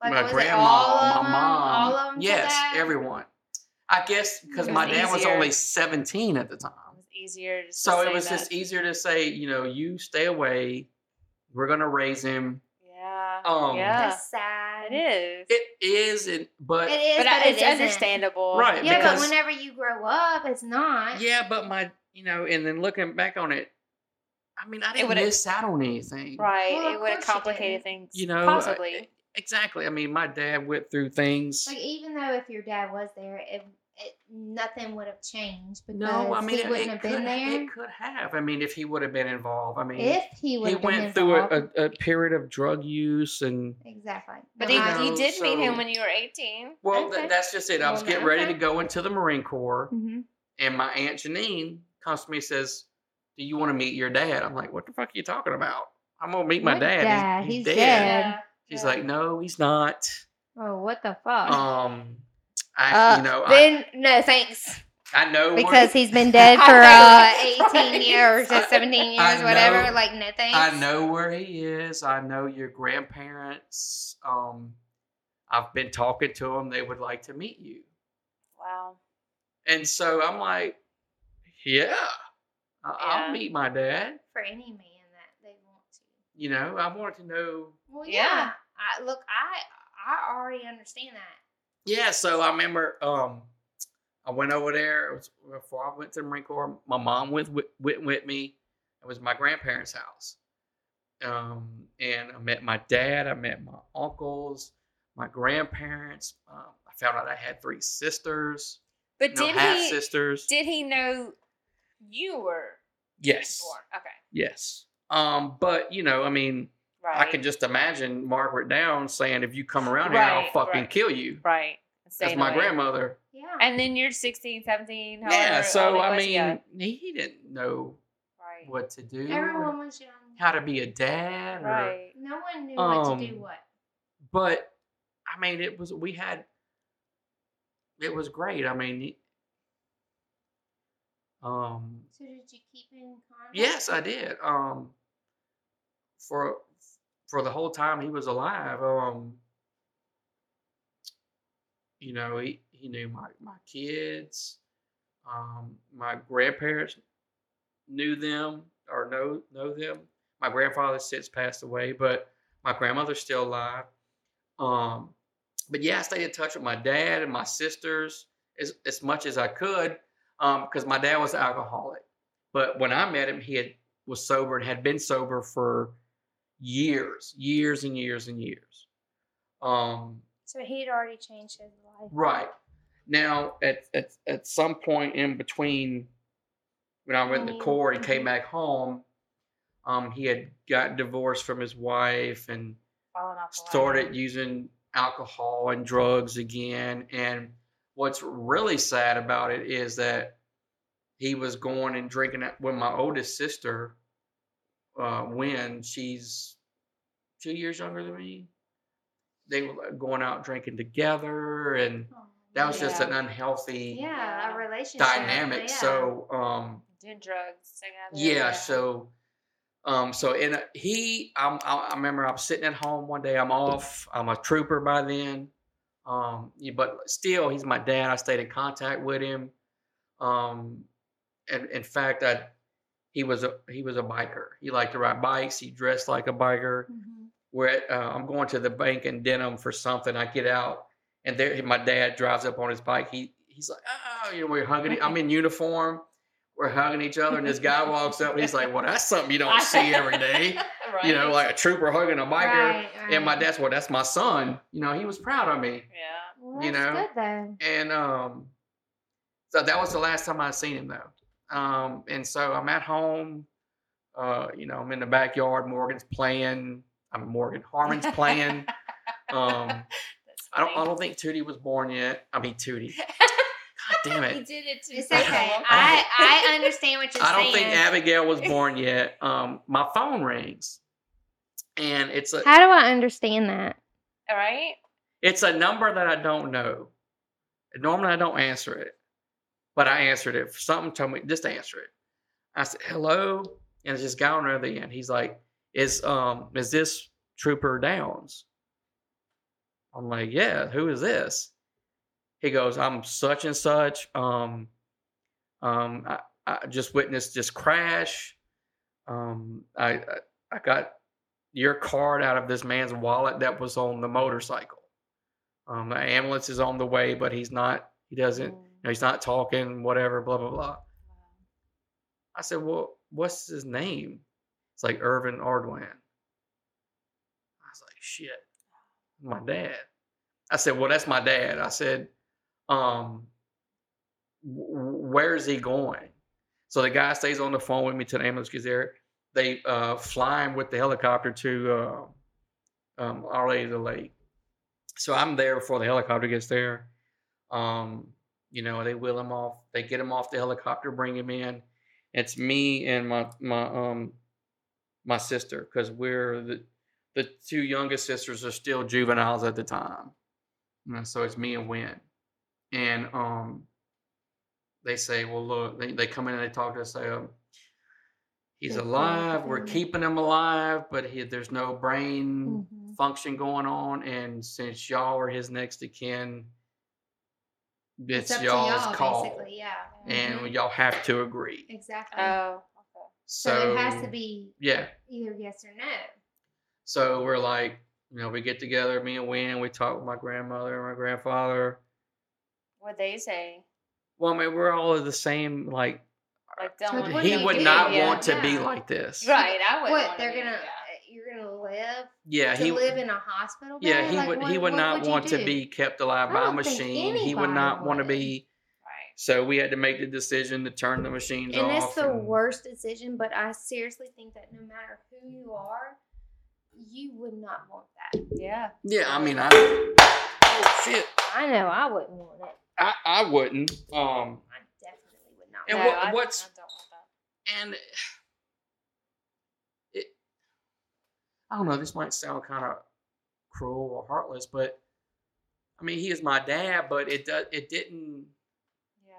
my was it grandma, all of my them? mom, All of them. yes, everyone. I guess because It my was dad was easier. only seventeen at the time, It was easier. Just to so say it was that. just easier to say, you know, you stay away. We're gonna raise him. Yeah. Um, yeah. That's sad. It is. It is, and but It is, but, but, I- it it's isn't. understandable. Right, Yeah, because- but whenever you grow up, it's not. Yeah, but my, you know, and then looking back on it, I mean, I didn't would've- miss out on anything. Right. Well, it of would have course you complicated did. things. You know, I- Possibly. Exactly. I mean, my dad went through things. Like even though if your dad was there, it, it nothing would have changed because no, I mean, he it, wouldn't it have could, been there it could have. I mean, if he would have been involved, I mean, if he would. he have been went through involved. a, a, a period of drug use and. exactly. but No, he, I- you know, did meet him so- when you were 18. Well, th- Okay. that's just it. I was Well, getting now- ready okay. to go into the Marine Corps, Mhm. and my Aunt Janine comes to me and says, Do you want to meet your dad? I'm like, What the fuck are you talking about? I'm going to meet my What dad. dad? He's, he's, He's dead. dead. She's like, No, he's not. Oh, what the fuck? Um, I Uh, you know I, then no thanks I know we're- because he's been dead for I uh, know, 18 years or right? 17 I years, whatever. know- like no thanks. I know where he is. I know your grandparents. Um, I've been talking to them. They would like to meet you. Wow. And so I'm like, yeah, I- I'll Yeah. meet my dad. for any man that they want to. You know, I wanted to know. Well, yeah. Yeah. I look, I I already understand that. Yeah. So I remember um, I went over there. It was before I went to the Marine Corps. My mom went with, went with me. It was my grandparents' house. Um, and I met my dad. I met my uncles, my grandparents. Um, I found out I had three sisters, But no did half he sisters. did he know you were Yes, born? Okay. yes. Um, but you know, I mean, Right. I can just imagine Margaret Downs saying, "If you come around here, I'll Right, fucking right. kill you." Right. That's Staying my away. grandmother. Yeah. And then you're 16, 17. However, Yeah, so old it I was, mean, yeah. he didn't know right. what uh, to do, Everyone or was young. how to be a dad, or, Right. No one knew what to do Um, what. But I mean, it was we had. It was great. I mean, he- um, So did you keep in contact? yes, I did. Um, for for the whole time he was alive, um, you know, he he knew my my kids, um, my grandparents knew them or know know them. My grandfather since passed away, but my grandmother's still alive. Um, but yeah, I stayed in touch with my dad and my sisters as, as much as I could because my dad was an alcoholic. But when I met him, he had, was sober and had been sober for years, years and years and years. Um, So he'd already changed his life. Right. Now, at, at, at some point in between when I went to Mhm. court and came back home, um, he had got divorced from his wife and Falling off the wagon. started using alcohol and drugs again. And what's really sad about it is that he was going and drinking at- when my oldest sister, uh, when she's two years younger than me, they were going out drinking together. And Oh, that was just Yeah. an unhealthy yeah, a relationship dynamic. yeah. So, um, doing drugs. Singing out yeah, so um so and uh, he I'm, I, I remember i'm sitting at home one day i'm off i'm a trooper by then um yeah, but still he's my dad i stayed in contact with him um and in fact i he was a he was a biker he liked to ride bikes he dressed like a biker Mhm. we're at, uh, I'm going to the bank in Denham for something. I get out, and there my dad drives up on his bike. He he's like, oh, you know, we're hugging. it. I'm in uniform. We're hugging each other, and this guy walks up, and he's like, well, that's something you don't see every day. right. You know, like a trooper hugging a biker. Right, And my right. dad's well, that's my son. You know, he was proud of me, Yeah. Well, you that's know, good though. and um, so that was the last time I seen him though. Um, and so I'm at home. Uh, you know, I'm in the backyard. Morgan's playing. I'm Morgan Harmon's playing. Um, That's I don't. I funny. don't think Tootie was born yet. I mean Tootie. God damn He it. did it too. It's someone. okay. I- I I understand what you're I saying. don't think Abigail was born yet. Um, my phone rings, and it's a How do I understand that? All right. it's a number that I don't know. Normally I don't answer it, but I answered it. Something told me just answer it. I said hello, and it's this guy on the other end. He's like, "Is um is this Trooper Downs?" I'm like, "Yeah, who is this?" He goes, "I'm such and such. Um, um, I, I just witnessed this crash. Um, I I, I got your card out of this man's wallet that was on the motorcycle. Um, the ambulance is on the way, but he's not. He doesn't. You know, he's not talking. Whatever. Blah blah blah. I said, "Well, what's his name?" It's like Irvin Ardwan. I was like, "Shit, my dad." I said, "Well, that's my dad." I said, um, wh- "Where is he going?" So the guy stays on the phone with me till the ambulance gets there. They uh, fly him with the helicopter to uh, um, Our Lady of the Lake. So I'm there before the helicopter gets there. Um, you know, they wheel him off. They get him off the helicopter, bring him in it's me and my my um my sister because we're the the two youngest sisters are still juveniles at the time and so it's me and Win and um they say well look they, they come in and they talk to us say um, he's He's alive we're alive. keeping him alive but he, there's no brain Mhm. function going on and since y'all are his next of kin it's, up to y'all's call basically. Yeah. and Mhm. y'all have to agree exactly. Oh. so, so, it has to be Yeah. either yes or no. So we're like, you know, we get together, me and Win, we talk with my grandmother and my grandfather. What they say? Well, I mean, we're all of the same. Like, Like don't. Like, wanna what be he do like would you that, not yeah. want to be Yeah. like this. Right. I would. What they're be, gonna yeah. you're gonna live Yeah. to He. live in a hospital. Yeah. bed? He Like, would. he what- would what not you want to do? be kept alive I by a don't think machine. He would anybody not want to would. be. Right. So we had to make the decision to turn the machines And off. it's the and- worst decision, but I seriously think that no matter who you are, you would not want that. Yeah. Yeah. I mean, I. Oh shit. I know I wouldn't want it. I. I wouldn't. Um. I definitely would not. And want no, what- I, what's- I don't want and that. it, I don't know. This might sound kind of cruel or heartless, but I mean, he is my dad, but it does. It didn't. Yeah.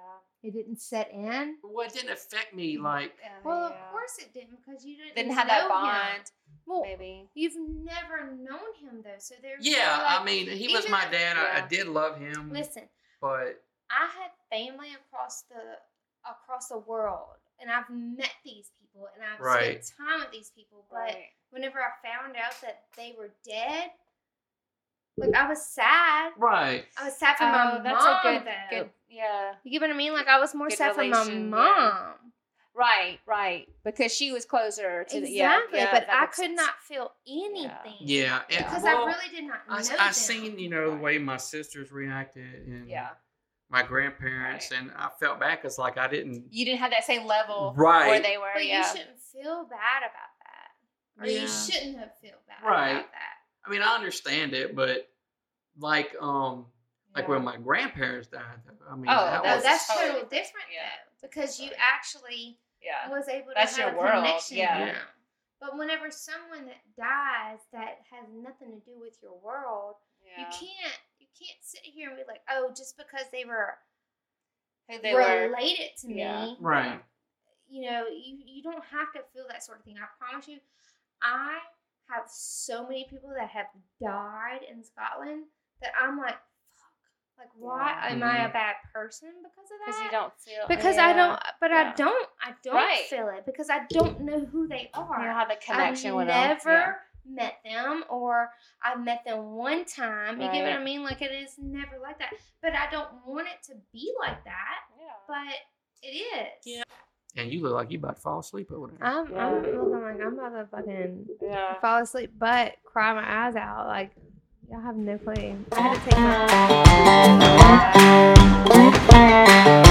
it. It didn't set in. Well, it didn't affect Mm-hmm. me. Like, Yeah, Well, of yeah. course it didn't because you didn't, Didn't have that know him. bond. Well, Maybe. you've never known him though, so there's no, yeah, like- I mean, he was even my if- dad. I, I yeah. did love him, Listen, but I had family across the across the world and I've met these people and I've Right. spent time with these people, but Right. whenever I found out that they were dead, like I was sad. Right. I was sad for Oh, my that's mom. a good, though. good, yeah. You get what I mean? Like I was more good sad for my relation, yeah. mom. Right, right. Because she was closer to the Exactly. yeah, yeah, but that I makes could sense. not feel anything. Yeah. and- Because well, I really did not know. I, s- them. I seen you know the way my sisters reacted and Yeah, my grandparents and I felt back as like I didn't you didn't have that same level where Right. they were. But yeah, you shouldn't feel bad about that. Or Yeah. you shouldn't have felt bad Right. about that. I mean I understand it but like um like yeah. when my grandparents died I mean Oh, that that- No, was that's totally totally different. different Yeah. though. Because you Right. actually yeah, was able to That's have your a world, connection. yeah. now. But whenever someone that dies that has nothing to do with your world, you yeah. can't you can't sit here and be like, oh, just because they were who they were. related to Yeah. me, right you know, you, you don't have to feel that sort of thing. I promise you, I have so many people that have died in Scotland that I'm like, fuck, like, why Yeah. am I a bad person because of Because that? you don't feel because I yeah. don't, but yeah. I don't, I don't Right. feel it because I don't know who they You don't are. have a connection I've with never them. met them, or I've met them one time. You get what Right. I mean? Like it is never like that. But I don't want it to be like that. Yeah. But it is. Yeah. and you look like you about to fall asleep over there I'm, I'm looking like I'm about to fucking Yeah. yeah. fall asleep, but cry my eyes out. Like, Uh, y'all have no clue. I had to take my-